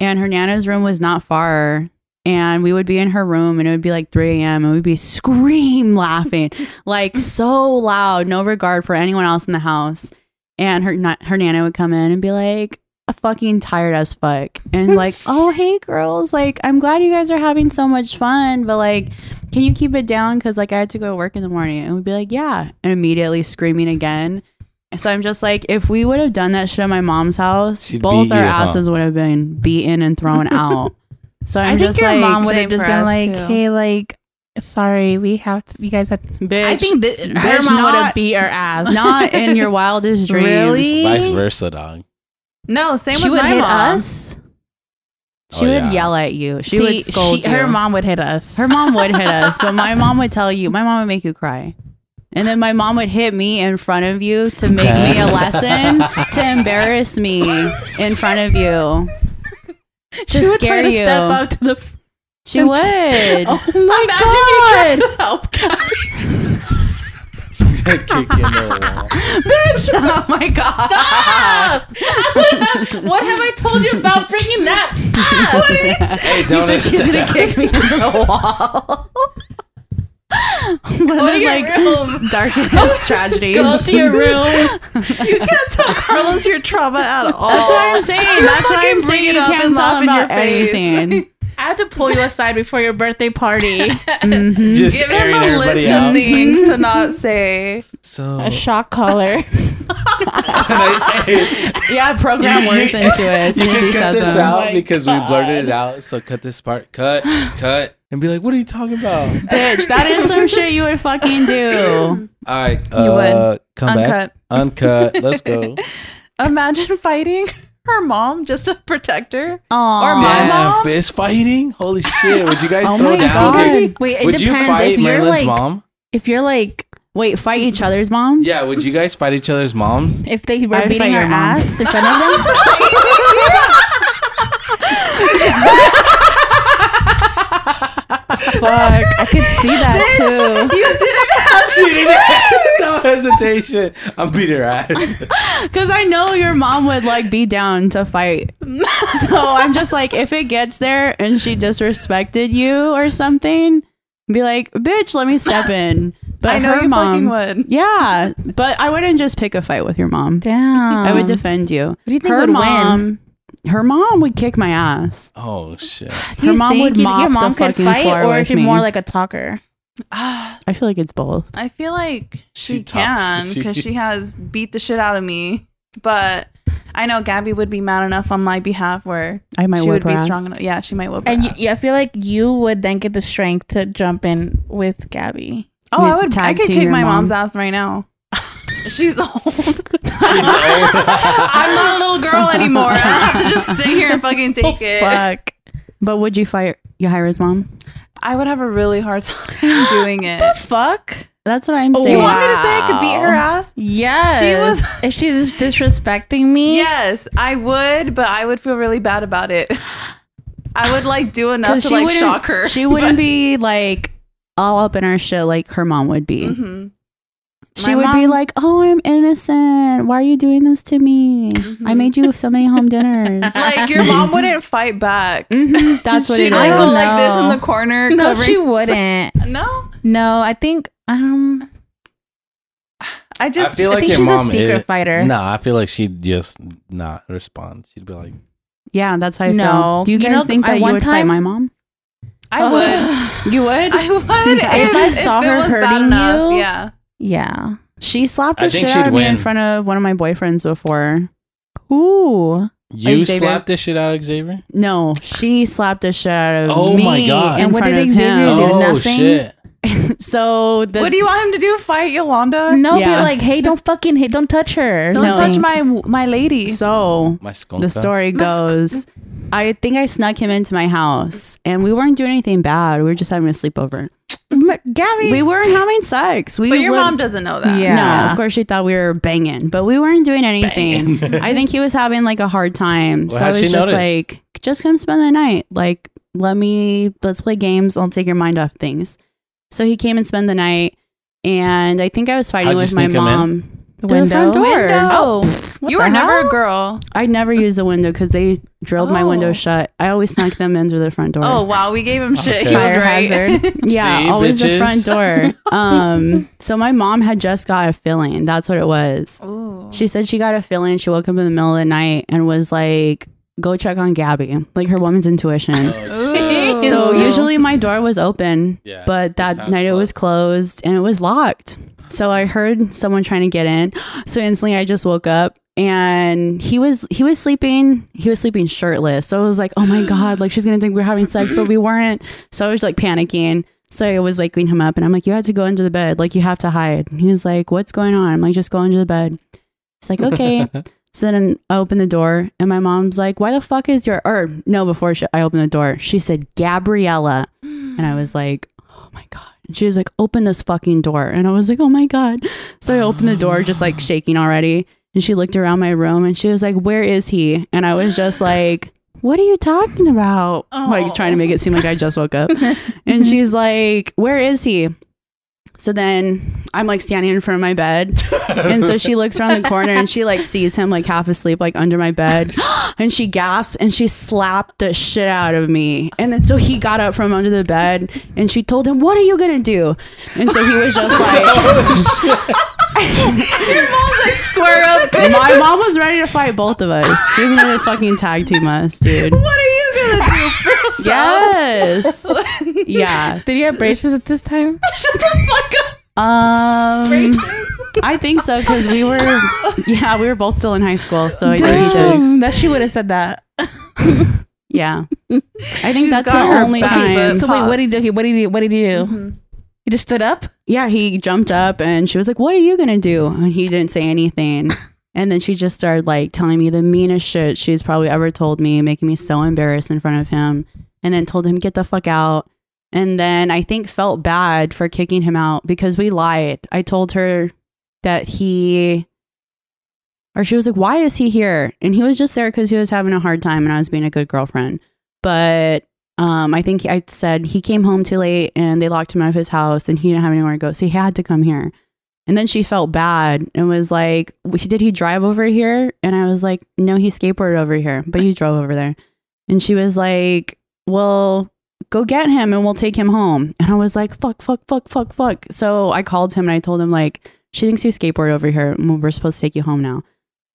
[SPEAKER 3] And her nana's room was not far. And we would be in her room and it would be like 3 a.m. and we'd be scream laughing, like so loud, no regard for anyone else in the house. And her na- her nana would come in and be like, fucking tired as fuck and like oh hey girls like i'm glad you guys are having so much fun but like can you keep it down because like i had to go to work in the morning and we'd be like yeah and immediately screaming again so i'm just like if we would have done that shit at my mom's house
[SPEAKER 2] She'd
[SPEAKER 3] both
[SPEAKER 2] beat
[SPEAKER 3] our
[SPEAKER 2] you, huh?
[SPEAKER 3] asses would have been beaten and thrown out so i'm
[SPEAKER 4] I think
[SPEAKER 3] just
[SPEAKER 4] your
[SPEAKER 3] like
[SPEAKER 4] mom would
[SPEAKER 1] same
[SPEAKER 4] have just
[SPEAKER 1] for
[SPEAKER 4] been
[SPEAKER 1] us,
[SPEAKER 4] like,
[SPEAKER 1] too.
[SPEAKER 4] "Hey, like, sorry, we have to, you guys have." To,
[SPEAKER 3] bitch
[SPEAKER 4] I think that her
[SPEAKER 3] bitch,
[SPEAKER 4] mom would
[SPEAKER 3] not-
[SPEAKER 4] have beat her ass.
[SPEAKER 3] not in your wildest dreams
[SPEAKER 1] Really?
[SPEAKER 2] Vice versa, dog.
[SPEAKER 1] no same
[SPEAKER 4] she
[SPEAKER 1] with
[SPEAKER 4] would
[SPEAKER 1] my
[SPEAKER 4] hit
[SPEAKER 1] mom.
[SPEAKER 4] us.
[SPEAKER 3] she
[SPEAKER 2] Oh,
[SPEAKER 3] would
[SPEAKER 2] yeah.
[SPEAKER 3] yell at you she
[SPEAKER 4] See,
[SPEAKER 3] would scold
[SPEAKER 4] she-
[SPEAKER 3] you
[SPEAKER 4] Her mom would hit us.
[SPEAKER 3] Her mom would hit us, but my mom would tell you, my mom would make you cry. And then my mom would hit me in front of you to make me a lesson, to embarrass me in front of you.
[SPEAKER 4] she
[SPEAKER 3] to
[SPEAKER 4] would try
[SPEAKER 3] scare
[SPEAKER 4] to
[SPEAKER 3] you.
[SPEAKER 4] step up to the. F-
[SPEAKER 3] She would.
[SPEAKER 4] oh my
[SPEAKER 1] you
[SPEAKER 4] god!
[SPEAKER 1] Help, Gabby.
[SPEAKER 2] She's gonna kick you in the wall.
[SPEAKER 3] Bitch! Oh my god.
[SPEAKER 4] what have I told you about bringing that up?
[SPEAKER 2] Hey,
[SPEAKER 3] He
[SPEAKER 2] don't
[SPEAKER 3] said she's gonna kick me into the wall. One of
[SPEAKER 4] your
[SPEAKER 3] like darkest tragedies.
[SPEAKER 4] Go to your room.
[SPEAKER 1] You can't tell Carlos your trauma at all.
[SPEAKER 3] That's what I'm saying. That's what
[SPEAKER 1] Fucking bring
[SPEAKER 3] I'm saying.
[SPEAKER 1] it
[SPEAKER 3] You
[SPEAKER 1] up
[SPEAKER 3] can't
[SPEAKER 1] and
[SPEAKER 3] tell
[SPEAKER 1] laugh in
[SPEAKER 3] about
[SPEAKER 1] your face.
[SPEAKER 3] anything.
[SPEAKER 4] I have to pull you aside before your birthday party.
[SPEAKER 2] just
[SPEAKER 1] Give him
[SPEAKER 2] airing
[SPEAKER 1] a
[SPEAKER 2] everybody
[SPEAKER 1] list
[SPEAKER 2] out.
[SPEAKER 1] of things to not say.
[SPEAKER 2] So
[SPEAKER 4] A shock collar.
[SPEAKER 3] yeah, program words into it as
[SPEAKER 2] you
[SPEAKER 3] soon as
[SPEAKER 2] can
[SPEAKER 3] he
[SPEAKER 2] cut
[SPEAKER 3] says
[SPEAKER 2] this
[SPEAKER 3] them.
[SPEAKER 2] out because we blurted it out. So cut this part. Cut, cut, and be like, "What are you talking about?"
[SPEAKER 3] Bitch, that is some shit you would fucking do.
[SPEAKER 2] All right,
[SPEAKER 1] You would.
[SPEAKER 2] uh, come back,
[SPEAKER 1] Uncut.
[SPEAKER 2] uncut. Let's go.
[SPEAKER 1] Imagine fighting her mom just to protect her.
[SPEAKER 3] Aww.
[SPEAKER 1] Or my
[SPEAKER 2] Damn,
[SPEAKER 1] mom?
[SPEAKER 2] fist fighting! Holy shit! Would you guys
[SPEAKER 3] Oh
[SPEAKER 2] throw
[SPEAKER 3] my
[SPEAKER 2] down?
[SPEAKER 3] God.
[SPEAKER 2] Okay.
[SPEAKER 4] Wait, it
[SPEAKER 2] Would
[SPEAKER 4] depends.
[SPEAKER 2] you fight
[SPEAKER 4] if you're
[SPEAKER 2] Marilyn's
[SPEAKER 4] like,
[SPEAKER 2] mom?
[SPEAKER 4] if you're like,
[SPEAKER 3] Wait, fight each other's moms?
[SPEAKER 2] Yeah. Would you guys fight each other's moms?
[SPEAKER 4] if they were
[SPEAKER 3] I'd fight
[SPEAKER 4] beating
[SPEAKER 3] your
[SPEAKER 4] our
[SPEAKER 3] mom.
[SPEAKER 4] ass in front of them,
[SPEAKER 3] Fuck. I could see that too.
[SPEAKER 1] You didn't have
[SPEAKER 2] She didn't have no hesitation. I'm beating her ass.
[SPEAKER 3] Because I know your mom would like be down to fight. So I'm just like, if it gets there and she disrespected you or something, be like, bitch, let me step in. But
[SPEAKER 1] I know
[SPEAKER 3] her
[SPEAKER 1] you fucking
[SPEAKER 3] mom,
[SPEAKER 1] would.
[SPEAKER 3] Yeah, but I wouldn't just pick a fight with your mom.
[SPEAKER 4] damn.
[SPEAKER 3] I would defend you. What
[SPEAKER 4] do you think would win?
[SPEAKER 3] mom, Her mom would kick my ass.
[SPEAKER 2] Oh shit!
[SPEAKER 4] Do you
[SPEAKER 3] her mom
[SPEAKER 4] think
[SPEAKER 3] would
[SPEAKER 4] you-
[SPEAKER 3] mop
[SPEAKER 4] your mom
[SPEAKER 3] the
[SPEAKER 4] could
[SPEAKER 3] fucking
[SPEAKER 4] fight,
[SPEAKER 3] floor
[SPEAKER 4] or
[SPEAKER 3] with
[SPEAKER 4] is she
[SPEAKER 3] me.
[SPEAKER 4] more like a talker?
[SPEAKER 1] Ah,
[SPEAKER 3] I feel like it's both.
[SPEAKER 1] I feel like she,
[SPEAKER 2] She
[SPEAKER 1] can
[SPEAKER 2] talks.
[SPEAKER 1] because she has beat the shit out of me. But I know Gabby would be mad enough on my behalf where
[SPEAKER 3] I might
[SPEAKER 1] she
[SPEAKER 3] whip
[SPEAKER 1] would
[SPEAKER 3] her
[SPEAKER 1] be
[SPEAKER 3] ass.
[SPEAKER 1] strong enough. Yeah, she might whip.
[SPEAKER 4] And
[SPEAKER 1] her
[SPEAKER 4] you,
[SPEAKER 1] ass.
[SPEAKER 4] yeah, I feel like you would then get the strength to jump in with Gabby.
[SPEAKER 1] oh, I
[SPEAKER 3] We'd
[SPEAKER 1] would. I
[SPEAKER 3] tag
[SPEAKER 1] could
[SPEAKER 3] team
[SPEAKER 1] kick
[SPEAKER 3] your
[SPEAKER 1] my
[SPEAKER 3] mom.
[SPEAKER 1] mom's ass right now. She's old.
[SPEAKER 2] She's
[SPEAKER 1] I'm not a little girl anymore. I don't have to just sit here and fucking take it.
[SPEAKER 4] Oh, Fuck.
[SPEAKER 3] But would you fight Yahira's mom?
[SPEAKER 1] I would have a really hard time doing it.
[SPEAKER 4] Fuck.
[SPEAKER 3] that's what I'm
[SPEAKER 4] Oh,
[SPEAKER 3] saying.
[SPEAKER 1] You want me to say I could beat her ass?
[SPEAKER 4] Yes.
[SPEAKER 1] She was-
[SPEAKER 4] If she's disrespecting me,
[SPEAKER 1] Yes, I would, but I would feel really bad about it. I would like do enough
[SPEAKER 3] 'Cause
[SPEAKER 1] to like
[SPEAKER 3] wouldn't-
[SPEAKER 1] shock her.
[SPEAKER 3] She wouldn't be like all up in our shit like her mom would be.
[SPEAKER 1] hmm
[SPEAKER 3] She
[SPEAKER 1] My
[SPEAKER 3] would be
[SPEAKER 1] mom-
[SPEAKER 3] like, "Oh, I'm innocent. Why are you doing this to me?
[SPEAKER 1] Mm-hmm.
[SPEAKER 3] I made you so many home dinners."
[SPEAKER 1] Like your mom wouldn't fight back.
[SPEAKER 3] Mhm, That's what
[SPEAKER 1] She'd
[SPEAKER 3] it
[SPEAKER 1] like
[SPEAKER 3] is.
[SPEAKER 1] go
[SPEAKER 4] No.
[SPEAKER 1] like this in the corner.
[SPEAKER 4] no,
[SPEAKER 1] covering-
[SPEAKER 4] she wouldn't.
[SPEAKER 1] No,
[SPEAKER 4] No, I think um,
[SPEAKER 1] I
[SPEAKER 2] I
[SPEAKER 1] just
[SPEAKER 2] feel
[SPEAKER 4] I
[SPEAKER 2] like
[SPEAKER 4] think
[SPEAKER 2] your
[SPEAKER 4] she's a
[SPEAKER 2] mom
[SPEAKER 4] secret
[SPEAKER 2] is-
[SPEAKER 4] fighter.
[SPEAKER 2] No, I feel like she'd just not respond. She'd be like,
[SPEAKER 3] Yeah, that's how I
[SPEAKER 4] No.
[SPEAKER 3] feel. Do you
[SPEAKER 4] You
[SPEAKER 3] guys
[SPEAKER 4] know,
[SPEAKER 3] think
[SPEAKER 4] I-
[SPEAKER 3] that you
[SPEAKER 4] one
[SPEAKER 3] would fight
[SPEAKER 4] time-
[SPEAKER 3] my mom?
[SPEAKER 1] I would.
[SPEAKER 3] You would?
[SPEAKER 1] I would
[SPEAKER 4] If I saw her hurting you-
[SPEAKER 1] Yeah,
[SPEAKER 4] yeah.
[SPEAKER 3] she slapped
[SPEAKER 2] I
[SPEAKER 3] the
[SPEAKER 2] think
[SPEAKER 3] shit out
[SPEAKER 2] she'd
[SPEAKER 3] of me in
[SPEAKER 2] win.
[SPEAKER 3] front of one of my boyfriends before.
[SPEAKER 4] Ooh.
[SPEAKER 2] "You
[SPEAKER 3] Xavier.
[SPEAKER 2] slapped this shit out of Xavier."
[SPEAKER 3] No, she slapped the shit out of
[SPEAKER 2] Oh
[SPEAKER 3] me.
[SPEAKER 2] my God.
[SPEAKER 3] In
[SPEAKER 4] And what
[SPEAKER 3] front
[SPEAKER 4] did
[SPEAKER 3] of
[SPEAKER 4] Xavier
[SPEAKER 3] him.
[SPEAKER 4] do?
[SPEAKER 2] Oh,
[SPEAKER 4] nothing.
[SPEAKER 3] So the
[SPEAKER 1] what do you want him to do? Fight Yolanda?
[SPEAKER 4] No,
[SPEAKER 3] Yeah.
[SPEAKER 4] be like, hey, don't fucking hit, don't touch her.
[SPEAKER 1] Don't
[SPEAKER 3] no.
[SPEAKER 1] touch my my lady.
[SPEAKER 3] so
[SPEAKER 2] My skunk.
[SPEAKER 3] the story goes i think i snuck him into my house and we weren't doing anything bad we were just having a sleepover
[SPEAKER 4] M- Gabby.
[SPEAKER 3] we weren't having sex we
[SPEAKER 1] But your
[SPEAKER 3] would-
[SPEAKER 1] mom doesn't know that.
[SPEAKER 4] Yeah.
[SPEAKER 3] no of course she thought we were banging but we weren't doing anything i think he was having like a hard time
[SPEAKER 2] Well,
[SPEAKER 3] so i
[SPEAKER 2] how'd
[SPEAKER 3] was
[SPEAKER 2] she
[SPEAKER 3] just
[SPEAKER 2] notice?
[SPEAKER 3] like just come spend the night like let me let's play games i'll take your mind off things so he came and spent the night and i think i was fighting
[SPEAKER 2] How'd you
[SPEAKER 3] with my
[SPEAKER 2] sneak him in?
[SPEAKER 3] mom
[SPEAKER 4] The
[SPEAKER 3] Through the front
[SPEAKER 4] window?
[SPEAKER 3] door.
[SPEAKER 1] Window. Oh,
[SPEAKER 4] What
[SPEAKER 1] you
[SPEAKER 4] the
[SPEAKER 1] were never
[SPEAKER 4] hell?
[SPEAKER 1] a girl.
[SPEAKER 3] I never used the window because they drilled my window
[SPEAKER 1] Oh.
[SPEAKER 3] shut. I always snuck them in through the front door.
[SPEAKER 1] Oh wow, we gave him shit. He
[SPEAKER 2] Okay.
[SPEAKER 1] was
[SPEAKER 4] Fire
[SPEAKER 1] right.
[SPEAKER 4] hazard.
[SPEAKER 3] yeah,
[SPEAKER 2] See,
[SPEAKER 3] always
[SPEAKER 2] bitches?
[SPEAKER 3] the front door. Um, so my mom had just got a filling. That's what it was.
[SPEAKER 1] Ooh.
[SPEAKER 3] She said she got a filling. She woke up in the middle of the night and was like, "Go check on Gabby," like her woman's
[SPEAKER 2] Oh,
[SPEAKER 3] intuition.
[SPEAKER 1] Ooh.
[SPEAKER 3] so usually my door was open,
[SPEAKER 2] Yeah,
[SPEAKER 3] but
[SPEAKER 2] it
[SPEAKER 3] that
[SPEAKER 2] sounds
[SPEAKER 3] night it was closed and it was locked. So I heard someone trying to get in. So instantly I just woke up and he was he was sleeping he was sleeping shirtless. So I was like, "Oh my god, like she's going to think we're having sex, but we weren't." So I was like panicking. So I was waking him up and I'm like, "You have to go under the bed. Like you have to hide." And he was like, "What's going on?" I'm like, "Just go under the bed." He's like, "Okay." So then I opened the door and my mom's like, why the fuck is your, or no, before she, I opened the door, she said, Gabriella. And I was like, oh my God. And she was like, open this fucking door. And I was like, oh my God. So I opened the door, just like shaking already. And she looked around my room and she was like, where is he? And I was just like, what are you talking about? Like
[SPEAKER 1] Oh.
[SPEAKER 3] trying to make it seem like I just woke up. and she's like, where is he? So then I'm like standing in front of my bed. And so she looks around the corner and she like sees him like half asleep, like under my bed. And she gasps and she slapped the shit out of me. And then so he got up from under the bed and she told him, What are you gonna do? And so he was just like,
[SPEAKER 1] Square up.
[SPEAKER 3] Oh, My mom was ready to fight both of us. She was gonna fucking tag team us, dude.
[SPEAKER 1] What are you gonna do?
[SPEAKER 3] Yes. Yeah.
[SPEAKER 4] Did he have braces at this time?
[SPEAKER 1] Shut the fuck up.
[SPEAKER 3] Um, I think so because we were, yeah, we were both still in high school. So I think he did.
[SPEAKER 4] Damn, that she would have said that.
[SPEAKER 3] Yeah, I think
[SPEAKER 1] She's
[SPEAKER 3] that's the
[SPEAKER 1] got her
[SPEAKER 3] only
[SPEAKER 1] back
[SPEAKER 3] time.
[SPEAKER 1] foot.
[SPEAKER 4] So wait, what did he do? What did he? What did he do?
[SPEAKER 1] Mm-hmm.
[SPEAKER 4] He just stood up.
[SPEAKER 3] Yeah, he jumped up and she was like, "What are you gonna do?" And he didn't say anything. And then she just started like telling me the meanest shit she's probably ever told me, making me so embarrassed in front of him. And then told him, "Get the fuck out." And then I think felt bad for kicking him out because we lied. I told her that he or she was like, "Why is he here?" And he was just there because he was having a hard time, and I was being a good girlfriend. But um, I think I said he came home too late, and they locked him out of his house, and he didn't have anywhere to go, so he had to come here. And then she felt bad and was like, "W- "Did he drive over here?" And I was like, "No, he skateboarded over here, but he drove over there." And she was like, "Well." Go get him and we'll take him home. And I was like, fuck, fuck, fuck, fuck, fuck. So I called him and I told him, like, she thinks you skateboard over here. and We're supposed to take you home now.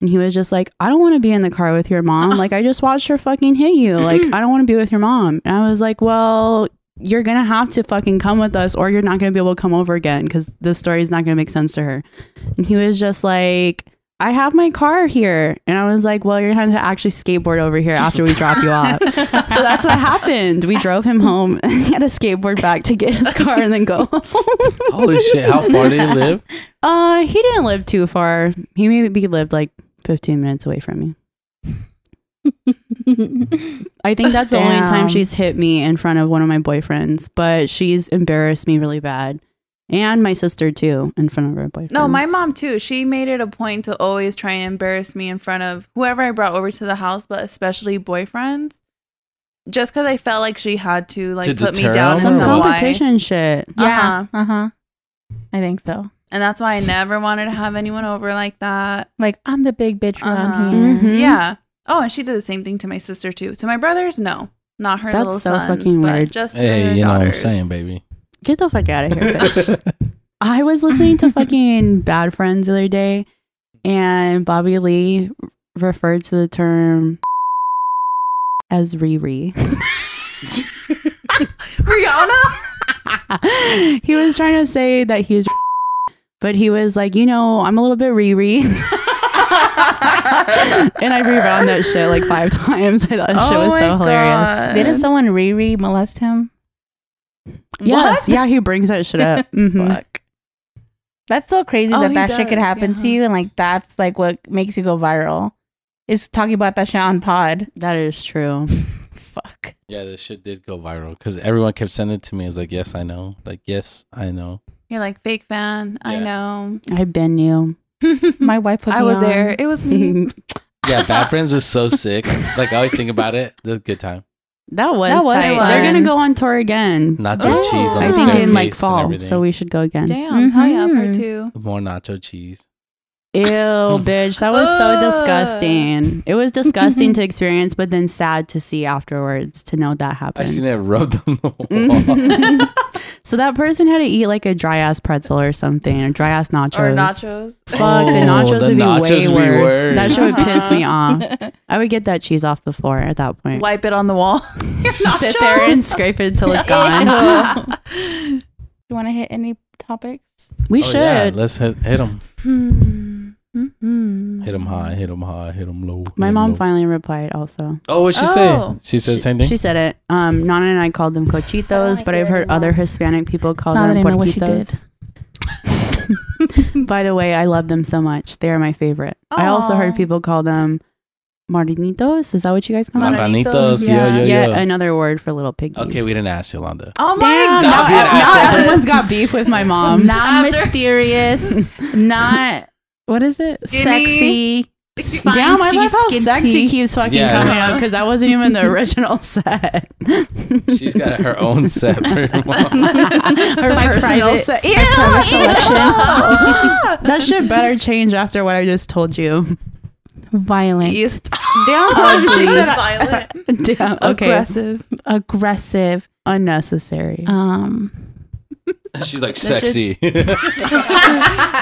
[SPEAKER 3] And he was just like, I don't want to be in the car with your mom. Like, I just watched her fucking hit you. Like, I don't want to be with your mom. And I was like, Well, you're going to have to fucking come with us or you're not going to be able to come over again because this story is not going to make sense to her. And he was just like, I have my car here. And I was like, Well, you're going to have to actually skateboard over here after we drop you off. so that's what happened. We drove him home and he had to skateboard back to get his car and then go home.
[SPEAKER 2] Holy shit! How far did he live?
[SPEAKER 3] Uh, he didn't live too far. He maybe lived like 15 minutes away from me. I think that's the only time
[SPEAKER 4] Damn.
[SPEAKER 3] she's hit me in front of one of my boyfriends, but she's embarrassed me really bad. And my sister too, in front of her boyfriend.
[SPEAKER 1] No, my mom too. She made it a point to always try and embarrass me in front of whoever I brought over to the house, but especially boyfriends. Just because I felt like she had to like
[SPEAKER 2] To
[SPEAKER 1] put me
[SPEAKER 2] deter
[SPEAKER 1] down
[SPEAKER 2] them?
[SPEAKER 1] in
[SPEAKER 3] Some
[SPEAKER 2] don't know why.
[SPEAKER 3] competition shit.
[SPEAKER 1] Yeah.
[SPEAKER 4] Uh huh. I think so.
[SPEAKER 1] and that's why I never wanted to have anyone over like that.
[SPEAKER 4] Like I'm the big bitch
[SPEAKER 1] Uh-huh.
[SPEAKER 4] around here.
[SPEAKER 3] Mhm.
[SPEAKER 1] Yeah. Oh, and she did the same thing to my sister too. To my brothers, no, not her
[SPEAKER 3] That's
[SPEAKER 1] little
[SPEAKER 3] so
[SPEAKER 1] sons,
[SPEAKER 3] fucking
[SPEAKER 1] but
[SPEAKER 3] weird.
[SPEAKER 1] just to
[SPEAKER 2] Hey,
[SPEAKER 1] her
[SPEAKER 2] you know what I'm
[SPEAKER 1] daughters.
[SPEAKER 2] saying, baby.
[SPEAKER 3] Get the fuck out of here, bitch.
[SPEAKER 2] That's
[SPEAKER 3] I was listening to fucking Bad Friends the other day, and Bobby Lee referred to the term as Riri.
[SPEAKER 1] Rihanna.
[SPEAKER 3] he was trying to say that he was, but he was like, you know, I'm a little bit Riri. and I rewound that shit like five times. I thought that shit
[SPEAKER 1] Oh
[SPEAKER 3] was so
[SPEAKER 1] my
[SPEAKER 3] hilarious.
[SPEAKER 1] God.
[SPEAKER 4] Didn't someone Riri molest him?
[SPEAKER 3] Yes,
[SPEAKER 1] What?
[SPEAKER 3] yeah, he brings that shit up. Mhm.
[SPEAKER 4] Fuck. That's so crazy
[SPEAKER 1] Oh,
[SPEAKER 4] that
[SPEAKER 1] he
[SPEAKER 4] that shit could
[SPEAKER 1] does,
[SPEAKER 4] happen to
[SPEAKER 1] yeah.
[SPEAKER 4] you, and like that's like what makes you go viral. Is talking about that shit on pod.
[SPEAKER 3] That is true.
[SPEAKER 4] Fuck.
[SPEAKER 2] Yeah, this shit did go viral because everyone kept sending it to me. I was like, yes, I know. Like, yes, I know.
[SPEAKER 1] You're like fake fan. I
[SPEAKER 2] Yeah.
[SPEAKER 1] know.
[SPEAKER 3] I've been you.
[SPEAKER 4] My wife put
[SPEAKER 1] Hmm. I
[SPEAKER 4] me
[SPEAKER 1] was
[SPEAKER 4] on.
[SPEAKER 1] there. It was me.
[SPEAKER 3] that
[SPEAKER 2] Yeah, Bad Friends was so sick. Like, I always think about it. It was a good time.
[SPEAKER 3] was,
[SPEAKER 4] That was
[SPEAKER 3] tight.
[SPEAKER 1] fun.
[SPEAKER 3] They're gonna go on tour again.
[SPEAKER 2] Nacho
[SPEAKER 1] Oh.
[SPEAKER 2] cheese on
[SPEAKER 3] I
[SPEAKER 2] the
[SPEAKER 3] think in
[SPEAKER 2] staircase and
[SPEAKER 3] like fall,
[SPEAKER 2] everything.
[SPEAKER 3] so we should go again.
[SPEAKER 1] Damn. Hell yeah, part
[SPEAKER 3] Mm-hmm.
[SPEAKER 1] two.
[SPEAKER 4] Mhm.
[SPEAKER 2] More nacho cheese.
[SPEAKER 3] Ew, bitch, that was so
[SPEAKER 1] Ugh.
[SPEAKER 3] disgusting. It was disgusting to experience, but then sad to see afterwards to know that
[SPEAKER 2] I seen
[SPEAKER 3] happened.
[SPEAKER 2] it rubbed on the wall.
[SPEAKER 3] Mhm. so that person had to eat like a dry ass pretzel or something, or dry ass nachos.
[SPEAKER 1] Or nachos.
[SPEAKER 3] Fuck, the
[SPEAKER 2] Oh,
[SPEAKER 3] nachos
[SPEAKER 2] the
[SPEAKER 3] would be way
[SPEAKER 2] nachos would be
[SPEAKER 3] worse.
[SPEAKER 2] worse.
[SPEAKER 3] That shit would piss me off.
[SPEAKER 4] That's
[SPEAKER 3] I would get that cheese off the floor at that point.
[SPEAKER 1] Wipe it on the wall.
[SPEAKER 3] Sit there and scrape it until it's
[SPEAKER 1] Oh,
[SPEAKER 3] gone.
[SPEAKER 4] gone. you want to hit any topics?
[SPEAKER 3] We
[SPEAKER 2] Oh,
[SPEAKER 3] should.
[SPEAKER 2] yeah, let's hit, hit them.
[SPEAKER 1] Hmm.
[SPEAKER 3] Hmm.
[SPEAKER 1] Mhm.
[SPEAKER 2] Hit them high, hit them high, hit them low. hit
[SPEAKER 3] My
[SPEAKER 2] 'em
[SPEAKER 3] mom
[SPEAKER 2] low.
[SPEAKER 3] finally replied also.
[SPEAKER 2] Oh, what'd she
[SPEAKER 1] Oh.
[SPEAKER 2] say? She said the
[SPEAKER 3] She-
[SPEAKER 2] same thing?
[SPEAKER 3] She said it. Um, Nana and I called them
[SPEAKER 4] I don't
[SPEAKER 3] cochitos,
[SPEAKER 4] wanna
[SPEAKER 3] but
[SPEAKER 4] hear
[SPEAKER 3] I've
[SPEAKER 4] it
[SPEAKER 3] heard
[SPEAKER 4] anymore.
[SPEAKER 3] other Hispanic people call
[SPEAKER 4] Now that
[SPEAKER 3] them
[SPEAKER 4] I know what she
[SPEAKER 3] puerquitos. By the way, I love them so much. They are my favorite. I also heard
[SPEAKER 1] Aw.
[SPEAKER 3] people call them martinitos. Is that what you guys call them?
[SPEAKER 1] Marranitos,
[SPEAKER 2] Marranitos. Yeah,
[SPEAKER 1] yeah.
[SPEAKER 2] yeah,
[SPEAKER 3] Yet
[SPEAKER 2] yeah.
[SPEAKER 3] another word for little piggies.
[SPEAKER 2] Okay, we didn't ask Yolanda.
[SPEAKER 1] Oh my
[SPEAKER 3] Damn, now,
[SPEAKER 2] Stop being an
[SPEAKER 3] now
[SPEAKER 2] asshole.
[SPEAKER 3] everyone's got beef with my mom.
[SPEAKER 4] Not
[SPEAKER 1] After-
[SPEAKER 4] mysterious. Um, not what is it?
[SPEAKER 1] Skinny.
[SPEAKER 4] Sexy.
[SPEAKER 3] Damn, I
[SPEAKER 4] spongy,
[SPEAKER 3] love how
[SPEAKER 4] skinny.
[SPEAKER 3] sexy keeps fucking
[SPEAKER 2] Yeah.
[SPEAKER 3] coming up because I wasn't even the original set.
[SPEAKER 2] She's got her own set. pretty much.
[SPEAKER 3] Her
[SPEAKER 4] My
[SPEAKER 3] personal
[SPEAKER 4] private-
[SPEAKER 3] se-
[SPEAKER 4] my private
[SPEAKER 3] selection. that shit better change after what I just told you.
[SPEAKER 4] Violent,
[SPEAKER 1] East.
[SPEAKER 3] Damn, she said
[SPEAKER 1] violent.
[SPEAKER 3] Damn. Okay.
[SPEAKER 1] Aggressive.
[SPEAKER 4] aggressive.
[SPEAKER 3] Unnecessary.
[SPEAKER 4] Um,
[SPEAKER 2] She's like
[SPEAKER 4] That
[SPEAKER 2] sexy.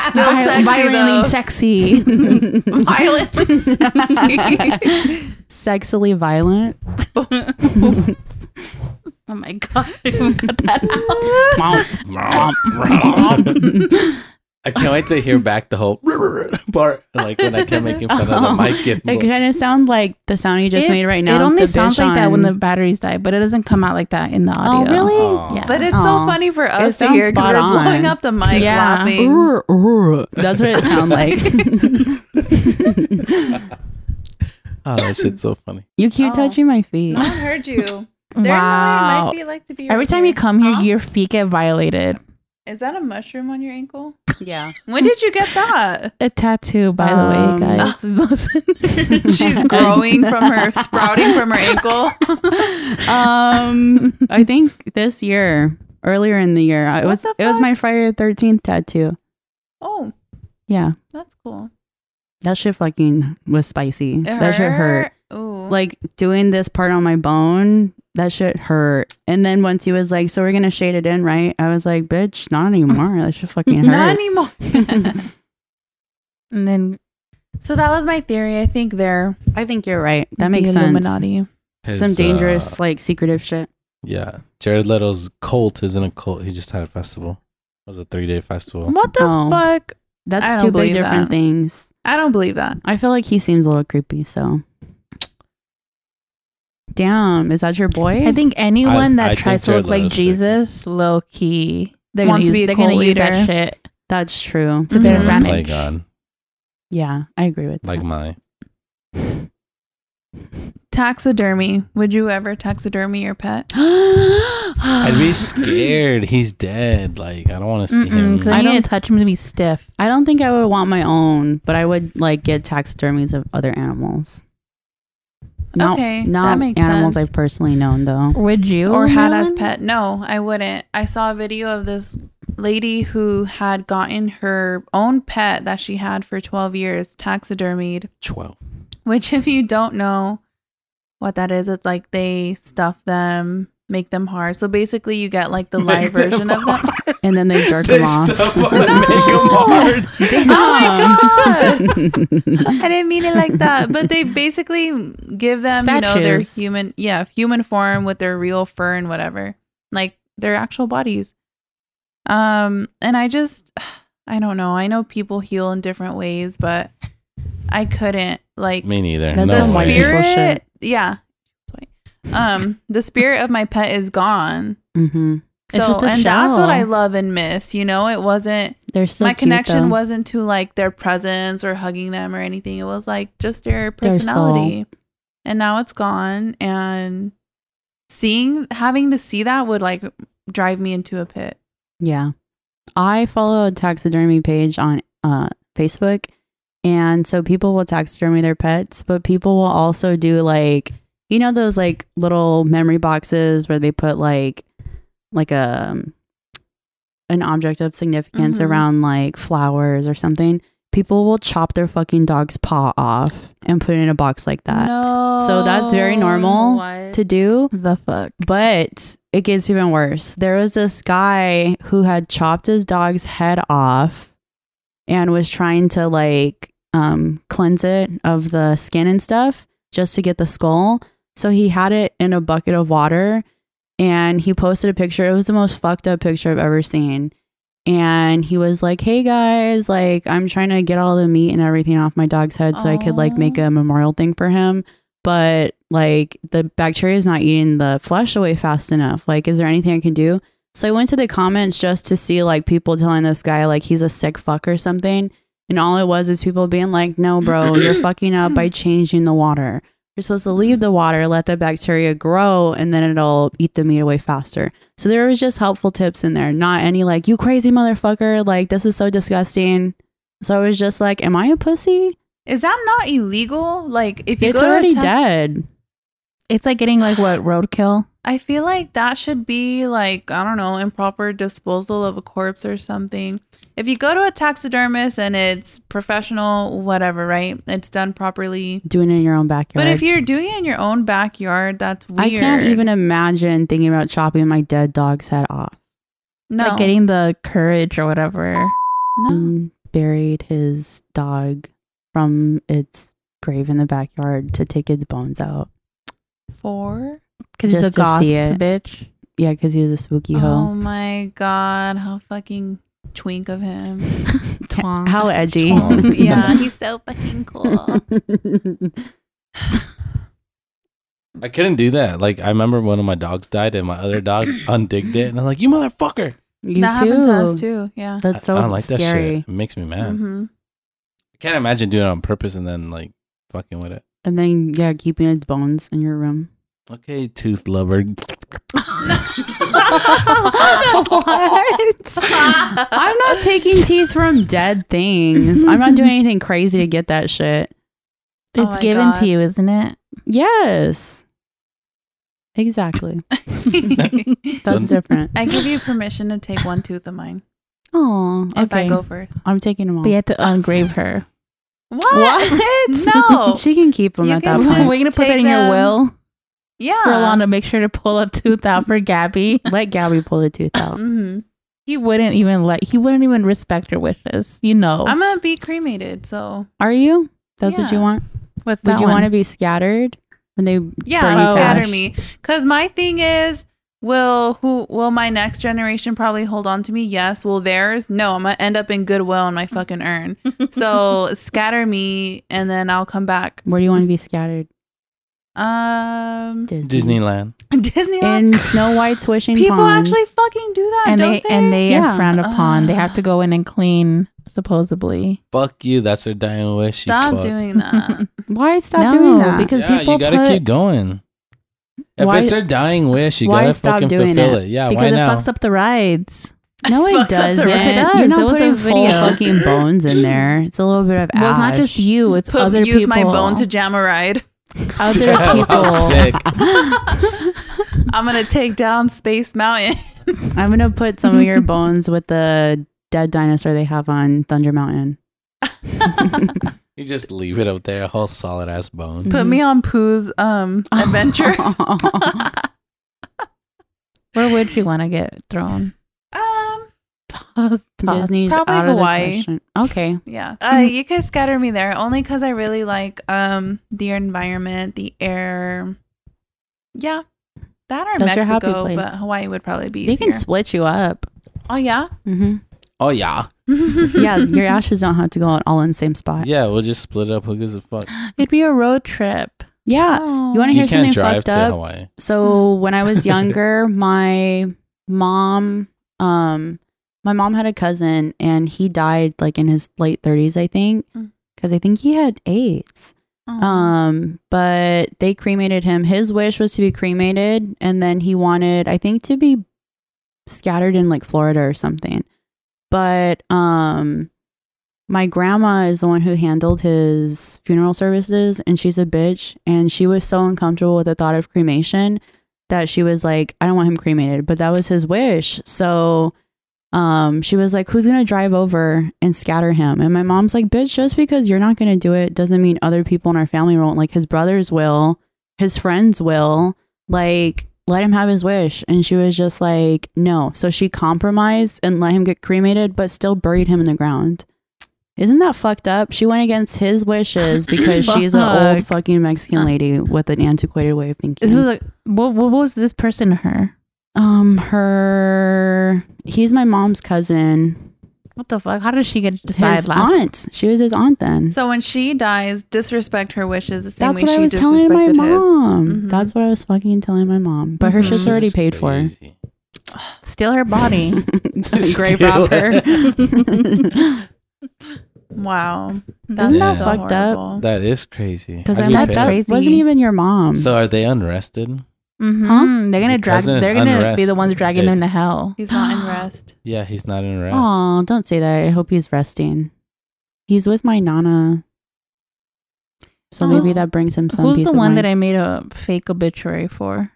[SPEAKER 1] Still
[SPEAKER 4] vi-
[SPEAKER 1] sexy,
[SPEAKER 4] violently
[SPEAKER 1] though.
[SPEAKER 4] sexy.
[SPEAKER 1] Violently sexy.
[SPEAKER 3] Sexually violent.
[SPEAKER 4] oh my god! Cut that
[SPEAKER 2] I can't wait to hear back the whole part, like when I kept making fun of the mic.
[SPEAKER 3] It
[SPEAKER 2] Getting
[SPEAKER 3] kind of sounds like the sound you just
[SPEAKER 4] It-
[SPEAKER 3] made right now.
[SPEAKER 4] It only
[SPEAKER 3] the
[SPEAKER 4] sounds
[SPEAKER 3] bitch
[SPEAKER 4] like that when the
[SPEAKER 3] on-
[SPEAKER 4] batteries die, but it doesn't come out like that in the
[SPEAKER 3] Oh,
[SPEAKER 4] audio.
[SPEAKER 3] really?
[SPEAKER 2] Aw.
[SPEAKER 4] Yeah.
[SPEAKER 1] But it's
[SPEAKER 3] Aw.
[SPEAKER 1] so funny for us to
[SPEAKER 3] sounds
[SPEAKER 1] hear because
[SPEAKER 3] spot
[SPEAKER 1] we're
[SPEAKER 3] on.
[SPEAKER 1] blowing up the mic
[SPEAKER 4] Yeah.
[SPEAKER 1] laughing.
[SPEAKER 3] Urr, urr. That's what it sounds like.
[SPEAKER 2] Oh, that shit's so funny.
[SPEAKER 3] you keep
[SPEAKER 1] Oh.
[SPEAKER 3] touching my feet.
[SPEAKER 1] No one heard you. There's wow.
[SPEAKER 4] wow.
[SPEAKER 1] might be like to be
[SPEAKER 4] Every
[SPEAKER 1] right
[SPEAKER 4] time you
[SPEAKER 1] here.
[SPEAKER 4] come here,
[SPEAKER 1] Huh?
[SPEAKER 4] your feet get violated.
[SPEAKER 1] Is that a mushroom on your ankle?
[SPEAKER 3] Yeah.
[SPEAKER 1] When did you get that?
[SPEAKER 4] A tattoo, by
[SPEAKER 3] Um,
[SPEAKER 4] the way, guys. Listen.
[SPEAKER 1] She's growing from her, sprouting from her ankle.
[SPEAKER 3] Um, I think this year, earlier in the year, I- it
[SPEAKER 1] What
[SPEAKER 3] was
[SPEAKER 1] the
[SPEAKER 3] it was
[SPEAKER 1] fuck?
[SPEAKER 3] my Friday the Thirteenth tattoo.
[SPEAKER 1] Oh,
[SPEAKER 3] Yeah,
[SPEAKER 1] that's cool.
[SPEAKER 3] that shit fucking was spicy.
[SPEAKER 1] It
[SPEAKER 3] That shit hurt.
[SPEAKER 1] Ooh.
[SPEAKER 3] Like doing this part on my bone, that shit hurt. And then once he was like, "So we're gonna shade it in, right?" I was like, "Bitch, not anymore. That shit fucking hurts."
[SPEAKER 1] not anymore.
[SPEAKER 4] and then
[SPEAKER 1] so that was my theory. I think there
[SPEAKER 3] I think you're right. That
[SPEAKER 4] the
[SPEAKER 3] makes sense.
[SPEAKER 4] Illuminati.
[SPEAKER 2] His,
[SPEAKER 3] Some dangerous,
[SPEAKER 2] uh,
[SPEAKER 3] like secretive shit.
[SPEAKER 2] yeah, Jared Leto's cult isn't a cult. He just had a festival. It was a three day festival.
[SPEAKER 1] What the
[SPEAKER 3] Oh.
[SPEAKER 1] fuck? I
[SPEAKER 3] That's
[SPEAKER 1] don't
[SPEAKER 3] two big
[SPEAKER 1] believe
[SPEAKER 3] different
[SPEAKER 1] that.
[SPEAKER 3] things.
[SPEAKER 1] I don't believe that.
[SPEAKER 3] I feel like he seems a little creepy. So, damn, is that your boy?
[SPEAKER 4] I think anyone
[SPEAKER 2] I
[SPEAKER 4] that
[SPEAKER 2] think
[SPEAKER 4] tries to
[SPEAKER 2] Jared
[SPEAKER 4] look like
[SPEAKER 2] Leto's sick.
[SPEAKER 4] Jesus, low key, they're
[SPEAKER 1] Wants
[SPEAKER 4] gonna
[SPEAKER 1] to be
[SPEAKER 4] use,
[SPEAKER 1] a
[SPEAKER 4] they're gonna
[SPEAKER 1] cult
[SPEAKER 4] use that
[SPEAKER 1] leader.
[SPEAKER 4] shit
[SPEAKER 3] that's true. Mm-hmm.
[SPEAKER 4] to their
[SPEAKER 1] Mhm.
[SPEAKER 2] Play
[SPEAKER 4] advantage.
[SPEAKER 2] God,
[SPEAKER 3] Yeah, I agree with that.
[SPEAKER 2] like mine.
[SPEAKER 1] Taxidermy. Would you ever taxidermy your pet?
[SPEAKER 2] I'd be scared. He's dead. Like I don't want to see
[SPEAKER 4] Mm-mm, 'cause
[SPEAKER 2] him.
[SPEAKER 4] I
[SPEAKER 3] I
[SPEAKER 4] need
[SPEAKER 3] don't-
[SPEAKER 4] to touch him to be stiff.
[SPEAKER 3] I don't think I would want my own, but I would like get taxidermies of other animals. Not,
[SPEAKER 1] Okay, that
[SPEAKER 3] not
[SPEAKER 1] makes
[SPEAKER 3] animals
[SPEAKER 1] sense.
[SPEAKER 3] I've personally known though.
[SPEAKER 4] Would you?
[SPEAKER 1] or had as
[SPEAKER 4] Nolan?
[SPEAKER 1] pet? No, I wouldn't. I saw a video of this lady who had gotten her own pet that she had for 12 years taxidermied,
[SPEAKER 2] Twelve.
[SPEAKER 1] which if you don't know what that is, it's like they stuff them, make them hard. So basically you get like the live version of them.
[SPEAKER 3] And then they jerk them off. Damn.
[SPEAKER 1] Oh I didn't mean it like that. But they basically give them, you know, their
[SPEAKER 4] Statues.
[SPEAKER 1] human, yeah, human form with their real fur and whatever, like their actual bodies. Um, and I just, I don't know. I know people heal in different ways, but I couldn't like
[SPEAKER 2] Me neither.
[SPEAKER 3] That's
[SPEAKER 2] no
[SPEAKER 1] the
[SPEAKER 3] some white
[SPEAKER 2] way.
[SPEAKER 3] people
[SPEAKER 1] spirit.
[SPEAKER 3] shit.
[SPEAKER 1] Yeah, um, the spirit of my pet is gone.
[SPEAKER 3] hmm
[SPEAKER 4] It was
[SPEAKER 1] So,
[SPEAKER 4] the
[SPEAKER 1] and that's
[SPEAKER 4] shell.
[SPEAKER 1] what I love and miss. You know, it wasn't
[SPEAKER 3] They're so
[SPEAKER 1] my
[SPEAKER 3] cute,
[SPEAKER 1] connection
[SPEAKER 3] though.
[SPEAKER 1] wasn't to like their presence or hugging them or anything. It was like just their
[SPEAKER 3] Their soul.
[SPEAKER 1] personality. and now it's gone. And seeing having to see that would like drive me into a pit.
[SPEAKER 3] Yeah. I follow a taxidermy page on uh, Facebook. And so people will taxidermy their pets, but people will also do like, you know, those like little memory boxes where they put like, like a, an object of significance
[SPEAKER 1] Mhm.
[SPEAKER 3] around like flowers or something. People will chop their fucking dog's paw off and put it in a box like that
[SPEAKER 1] No.
[SPEAKER 3] So that's very normal to do.
[SPEAKER 4] The fuck?
[SPEAKER 3] But it gets even worse. There was this guy who had chopped his dog's head off and was trying to like um, cleanse it of the skin and stuff just to get the skull. So he had it in a bucket of water and he posted a picture. It was the most fucked up picture I've ever seen. And he was like, hey guys, like I'm trying to get all the meat and everything off my dog's head so I could like
[SPEAKER 1] Aw.
[SPEAKER 3] make a memorial thing for him but like the bacteria is not eating the flesh away fast enough. Like, is there anything I can do? So I went to the comments just to see like people telling this guy like he's a sick fuck or something. And all it was is people being like, no, bro, you're fucking up by changing the water. You're supposed to leave the water, let the bacteria grow, and then it'll eat the meat away faster. So there was just helpful tips in there, not any like, you crazy motherfucker, like, this is so disgusting. So I was just like, am I a pussy?
[SPEAKER 1] Is that not illegal? Like if you
[SPEAKER 3] It's
[SPEAKER 1] go
[SPEAKER 3] already
[SPEAKER 1] to a ta-
[SPEAKER 3] dead.
[SPEAKER 4] It's like getting like what roadkill.
[SPEAKER 1] I feel like that should be like, I don't know, improper disposal of a corpse or something. If you go to a taxidermist and it's professional, whatever, right? It's done properly.
[SPEAKER 3] Doing it in your own backyard.
[SPEAKER 1] But if you're doing it in your own backyard, that's weird.
[SPEAKER 3] I can't even imagine thinking about chopping my dead dog's head off.
[SPEAKER 1] no.
[SPEAKER 4] Like getting the courage or whatever.
[SPEAKER 1] no.
[SPEAKER 3] Mm, Buried his dog from its grave in the backyard to take its bones out.
[SPEAKER 1] Four.
[SPEAKER 4] Because he's a
[SPEAKER 3] Just to
[SPEAKER 4] goth
[SPEAKER 3] see it.
[SPEAKER 4] bitch.
[SPEAKER 3] Yeah, because he was a spooky
[SPEAKER 1] Oh
[SPEAKER 3] hoe.
[SPEAKER 1] my god, how fucking twink of him.
[SPEAKER 4] Twonk.
[SPEAKER 3] How edgy.
[SPEAKER 2] Twonk.
[SPEAKER 1] yeah, he's so fucking cool.
[SPEAKER 2] I couldn't do that. Like I remember one of my dogs died, and my other dog undigged it, and I'm like, "You motherfucker!"
[SPEAKER 3] you
[SPEAKER 1] that
[SPEAKER 3] too.
[SPEAKER 1] happened to us too. Yeah.
[SPEAKER 3] That's so
[SPEAKER 2] I don't like that
[SPEAKER 3] scary.
[SPEAKER 2] shit. It makes me mad.
[SPEAKER 1] Mm-hmm.
[SPEAKER 2] I can't imagine doing it on purpose and then like fucking with it.
[SPEAKER 3] And then yeah, keeping its bones in your room.
[SPEAKER 2] Okay, tooth lover.
[SPEAKER 3] what?
[SPEAKER 1] Oh
[SPEAKER 3] I'm not taking teeth from dead things. I'm not doing anything crazy to get that shit.
[SPEAKER 1] Oh
[SPEAKER 4] It's
[SPEAKER 1] my
[SPEAKER 4] given
[SPEAKER 1] God.
[SPEAKER 4] to you, isn't it?
[SPEAKER 3] Yes. Exactly. That's
[SPEAKER 2] Done.
[SPEAKER 3] different.
[SPEAKER 1] I give you permission to take one tooth of mine
[SPEAKER 3] Oh,
[SPEAKER 1] if I go first.
[SPEAKER 3] I'm taking them all.
[SPEAKER 4] But you have to engrave her.
[SPEAKER 1] What?
[SPEAKER 3] What?
[SPEAKER 1] No.
[SPEAKER 3] she can keep them
[SPEAKER 1] You
[SPEAKER 3] at that
[SPEAKER 1] can
[SPEAKER 4] We're
[SPEAKER 1] Just
[SPEAKER 3] point.
[SPEAKER 4] going to put
[SPEAKER 1] take
[SPEAKER 4] that in your
[SPEAKER 1] them.
[SPEAKER 4] will,
[SPEAKER 1] yeah.
[SPEAKER 4] Rolanda. Make sure to pull a tooth out for Gabby.
[SPEAKER 3] Let Gabby pull the tooth out.
[SPEAKER 1] hmm
[SPEAKER 4] He wouldn't even let. He wouldn't even respect her wishes. You know.
[SPEAKER 1] I'm gonna be cremated, so
[SPEAKER 3] Are you? That's what you
[SPEAKER 1] Yeah.
[SPEAKER 3] want.
[SPEAKER 4] What's
[SPEAKER 3] Would
[SPEAKER 4] that
[SPEAKER 3] you
[SPEAKER 4] one?
[SPEAKER 3] want to be scattered when they?
[SPEAKER 1] yeah,
[SPEAKER 3] Burn
[SPEAKER 1] like,
[SPEAKER 4] his
[SPEAKER 1] scatter
[SPEAKER 3] ash.
[SPEAKER 1] me. Cause my thing is, will who will my next generation probably hold on to me? Yes. Will theirs? No. I'm gonna end up in goodwill in my fucking urn. so scatter me, and then I'll come back.
[SPEAKER 3] Where do you want to be scattered?
[SPEAKER 1] Um,
[SPEAKER 3] Disney.
[SPEAKER 2] Disneyland.
[SPEAKER 1] Disneyland.
[SPEAKER 3] In Snow White's wishing
[SPEAKER 1] People
[SPEAKER 3] pond.
[SPEAKER 1] actually fucking do that,
[SPEAKER 4] and
[SPEAKER 1] don't
[SPEAKER 4] they,
[SPEAKER 1] they?
[SPEAKER 4] and they
[SPEAKER 3] Yeah.
[SPEAKER 4] are frowned upon. they have to go in and clean, supposedly.
[SPEAKER 2] Fuck you. That's her dying wish. you
[SPEAKER 1] Stop
[SPEAKER 2] fuck.
[SPEAKER 1] doing that.
[SPEAKER 3] Why stop
[SPEAKER 4] No,
[SPEAKER 3] doing that?
[SPEAKER 4] because
[SPEAKER 2] Yeah,
[SPEAKER 4] people
[SPEAKER 2] you gotta
[SPEAKER 4] put-
[SPEAKER 2] keep going. If
[SPEAKER 3] Why-
[SPEAKER 2] it's her dying wish, you
[SPEAKER 3] why
[SPEAKER 2] gotta
[SPEAKER 3] stop
[SPEAKER 2] fucking
[SPEAKER 3] doing
[SPEAKER 2] fulfill
[SPEAKER 3] it?
[SPEAKER 2] it. Yeah,
[SPEAKER 4] because
[SPEAKER 2] why
[SPEAKER 4] it
[SPEAKER 2] now?
[SPEAKER 4] fucks up the rides.
[SPEAKER 1] Fucks
[SPEAKER 3] No,
[SPEAKER 1] up
[SPEAKER 3] it
[SPEAKER 1] the
[SPEAKER 3] doesn't.
[SPEAKER 1] rest.
[SPEAKER 4] Yes, it
[SPEAKER 3] You're
[SPEAKER 4] does.
[SPEAKER 3] not
[SPEAKER 4] There was a
[SPEAKER 3] putting full
[SPEAKER 4] video.
[SPEAKER 3] fucking bones in there. It's a little bit of ash.
[SPEAKER 4] Well, it's not just you. It's
[SPEAKER 1] Put,
[SPEAKER 4] other
[SPEAKER 1] use
[SPEAKER 4] people.
[SPEAKER 1] my bone to jam a ride.
[SPEAKER 4] other
[SPEAKER 2] I'm
[SPEAKER 4] people.
[SPEAKER 2] Oh, sick.
[SPEAKER 1] I'm gonna take down Space Mountain.
[SPEAKER 3] I'm gonna put some of your bones with the dead dinosaur they have on Thunder Mountain.
[SPEAKER 2] You just leave it up there, a whole solid ass bone.
[SPEAKER 3] Mm-hmm.
[SPEAKER 1] Put me on Pooh's um adventure.
[SPEAKER 4] Where would you want to get thrown?
[SPEAKER 1] um,
[SPEAKER 4] Tossed- tossed.
[SPEAKER 3] Disney's
[SPEAKER 1] Probably
[SPEAKER 3] out of the
[SPEAKER 1] Hawaii.
[SPEAKER 3] question. Okay.
[SPEAKER 1] yeah. Uh, you could scatter me there only because I really like um the environment, the air. Yeah, that or
[SPEAKER 3] That's your happy
[SPEAKER 1] Mexico, but
[SPEAKER 3] place.
[SPEAKER 1] Hawaii would probably be
[SPEAKER 3] They
[SPEAKER 1] easier.
[SPEAKER 3] can split you up.
[SPEAKER 1] oh yeah,
[SPEAKER 3] hmm
[SPEAKER 2] Oh yeah,
[SPEAKER 3] Yeah, your ashes don't have to go all in the same spot.
[SPEAKER 2] yeah. We'll just split it up. Who gives a fuck?
[SPEAKER 4] It'd be a road trip.
[SPEAKER 3] Yeah.
[SPEAKER 1] Oh.
[SPEAKER 3] You want to
[SPEAKER 2] You
[SPEAKER 3] hear
[SPEAKER 2] can't
[SPEAKER 3] something
[SPEAKER 2] drive
[SPEAKER 3] fucked
[SPEAKER 2] to
[SPEAKER 3] up?
[SPEAKER 2] Hawaii.
[SPEAKER 3] So
[SPEAKER 1] Hmm.
[SPEAKER 3] when I was younger, my mom, um, my mom had a cousin, and he died like in his late thirties, I think,
[SPEAKER 1] Mm.
[SPEAKER 3] because I think he had AIDS.
[SPEAKER 1] Oh, Uh-huh.
[SPEAKER 3] Um, but they cremated him. His wish was to be cremated, and then he wanted, I think, to be scattered in like Florida or something. But um, my grandma is the one who handled his funeral services, and she's a bitch. And she was so uncomfortable with the thought of cremation that she was like, "I don't want him cremated," but that was his wish. So. Um, she was like, "Who's gonna drive over and scatter him?" And my mom's like, "Bitch, just because you're not gonna do it doesn't mean other people in our family won't. Like his brothers will, his friends will. Like let him have his wish." And she was just like, "No." So she compromised and let him get cremated, but still buried him in the ground. Isn't that fucked up? She went against his wishes because she's an old
[SPEAKER 4] Fuck.
[SPEAKER 3] fucking Mexican lady with an antiquated way of thinking.
[SPEAKER 4] This was like, what, what was this person her?
[SPEAKER 3] um, her. He's my mom's cousin.
[SPEAKER 4] What the fuck? How did she get to decide
[SPEAKER 3] His
[SPEAKER 4] last?
[SPEAKER 3] aunt. She was his aunt then.
[SPEAKER 1] So when she dies, disrespect her wishes the same
[SPEAKER 3] That's
[SPEAKER 1] way
[SPEAKER 3] what
[SPEAKER 1] she
[SPEAKER 3] I was telling
[SPEAKER 1] disrespected
[SPEAKER 3] my
[SPEAKER 1] his.
[SPEAKER 3] mom.
[SPEAKER 4] Mm-hmm.
[SPEAKER 1] Mhm.
[SPEAKER 3] That's what I was fucking telling my mom. But her
[SPEAKER 4] Mhm.
[SPEAKER 3] shit's already paid for.
[SPEAKER 2] Crazy.
[SPEAKER 4] Steal her body.
[SPEAKER 3] Grave
[SPEAKER 2] Steal
[SPEAKER 3] robber.
[SPEAKER 1] Wow, that's
[SPEAKER 3] Isn't that
[SPEAKER 1] so
[SPEAKER 3] fucked up?
[SPEAKER 1] horrible.
[SPEAKER 2] That is crazy.
[SPEAKER 3] Because
[SPEAKER 2] How'd
[SPEAKER 3] I'm
[SPEAKER 2] you
[SPEAKER 3] like,
[SPEAKER 2] pay
[SPEAKER 4] That's
[SPEAKER 3] that
[SPEAKER 2] her?
[SPEAKER 4] crazy.
[SPEAKER 3] wasn't even your mom.
[SPEAKER 2] So are they unrested?
[SPEAKER 4] hmm They're gonna
[SPEAKER 2] Your
[SPEAKER 4] drag.
[SPEAKER 2] cousin is
[SPEAKER 4] They're gonna be the
[SPEAKER 2] unrest.
[SPEAKER 4] ones dragging
[SPEAKER 2] They-
[SPEAKER 4] them to hell.
[SPEAKER 1] He's not in rest.
[SPEAKER 2] Yeah, he's not in rest.
[SPEAKER 3] Oh, don't say that. I hope he's resting. He's with my nana. So
[SPEAKER 1] Oh.
[SPEAKER 3] maybe that brings him some
[SPEAKER 4] Who's
[SPEAKER 3] peace
[SPEAKER 4] the
[SPEAKER 3] of
[SPEAKER 4] one
[SPEAKER 3] mind.
[SPEAKER 4] that I made a fake obituary for?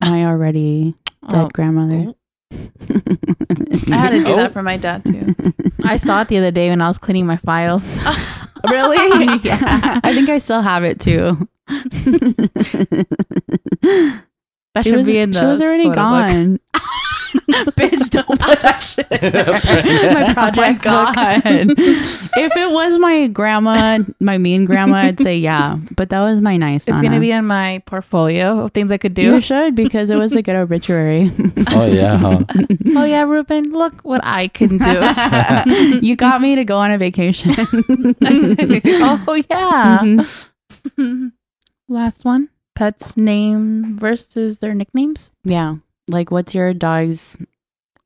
[SPEAKER 3] my already dead
[SPEAKER 4] Oh,
[SPEAKER 3] grandmother. Mm-hmm.
[SPEAKER 1] I had to do
[SPEAKER 2] Oh.
[SPEAKER 1] that for my dad too.
[SPEAKER 4] I saw it the other day when I was cleaning my files.
[SPEAKER 3] really?
[SPEAKER 4] Yeah.
[SPEAKER 3] I think I still have it too.
[SPEAKER 4] That
[SPEAKER 3] she
[SPEAKER 4] should
[SPEAKER 3] was,
[SPEAKER 4] be in
[SPEAKER 3] she
[SPEAKER 4] the
[SPEAKER 3] was already
[SPEAKER 4] photo book.
[SPEAKER 3] gone. Bitch, don't put that shit in there.
[SPEAKER 4] My project
[SPEAKER 3] Oh
[SPEAKER 4] book.
[SPEAKER 3] my God. if it was my grandma, my mean grandma, I'd say yeah. But that was my nice.
[SPEAKER 4] It's
[SPEAKER 3] nana.
[SPEAKER 4] gonna be in my portfolio of things I could do.
[SPEAKER 3] You should because it was a good obituary.
[SPEAKER 2] Oh yeah, huh?
[SPEAKER 4] oh yeah, Ruben, look what I can do.
[SPEAKER 3] you got me to go on a vacation.
[SPEAKER 4] oh yeah.
[SPEAKER 3] Mhm.
[SPEAKER 4] Last one. Pets name versus their nicknames.
[SPEAKER 3] Yeah. Like, what's your dog's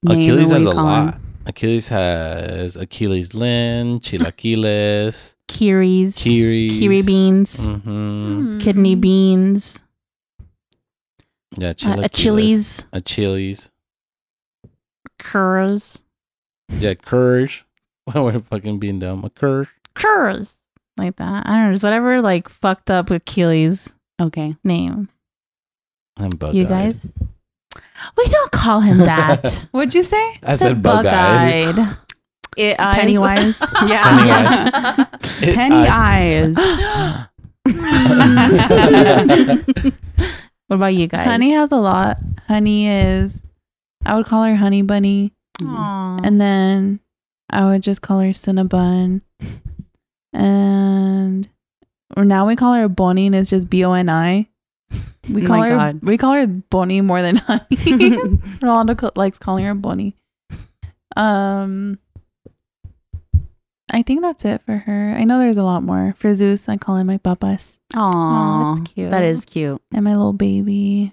[SPEAKER 3] name?
[SPEAKER 2] Achilles
[SPEAKER 3] and
[SPEAKER 2] has a
[SPEAKER 3] what you call him?
[SPEAKER 2] lot. Achilles has Achilles Lynn, Chilaquiles,
[SPEAKER 4] Kiris.
[SPEAKER 2] Kiri,
[SPEAKER 4] Kiri beans.
[SPEAKER 2] hmm
[SPEAKER 4] Kidney beans.
[SPEAKER 2] Yeah,
[SPEAKER 4] Uh,
[SPEAKER 2] Chilaquiles.
[SPEAKER 4] Achilles.
[SPEAKER 2] Achilles.
[SPEAKER 4] Curls.
[SPEAKER 2] Yeah, Courage. Well, we're fucking being dumb. A Courage.
[SPEAKER 4] Curls. Like that. I don't know. Just whatever like fucked up Achilles
[SPEAKER 3] Okay.
[SPEAKER 4] name.
[SPEAKER 2] I'm bug
[SPEAKER 4] You guys? We don't call him that.
[SPEAKER 1] What'd you say?
[SPEAKER 2] I said bug eyed.
[SPEAKER 4] bug-eyed.
[SPEAKER 1] It eyes.
[SPEAKER 4] Pennywise.
[SPEAKER 3] Yeah. Penny eyes.
[SPEAKER 4] Mm-hmm.
[SPEAKER 2] Mm-hmm.
[SPEAKER 4] what about you guys?
[SPEAKER 1] Honey has a lot. Honey is, I would call her Honey Bunny,
[SPEAKER 4] Mm. Aw.
[SPEAKER 1] and then I would just call her Cinnabun, and or now we call her Bonnie, and it's just B O N I. We
[SPEAKER 3] Oh
[SPEAKER 1] call
[SPEAKER 3] my
[SPEAKER 1] her
[SPEAKER 3] God.
[SPEAKER 1] we call her Bonnie more than Honey. Rolando co- likes calling her Bonnie. Um, I think that's it for her. I know there's a lot more. For Zeus, I call him my papas
[SPEAKER 4] Aw,
[SPEAKER 3] Aw.
[SPEAKER 4] that's cute.
[SPEAKER 3] That is cute.
[SPEAKER 1] and my little baby.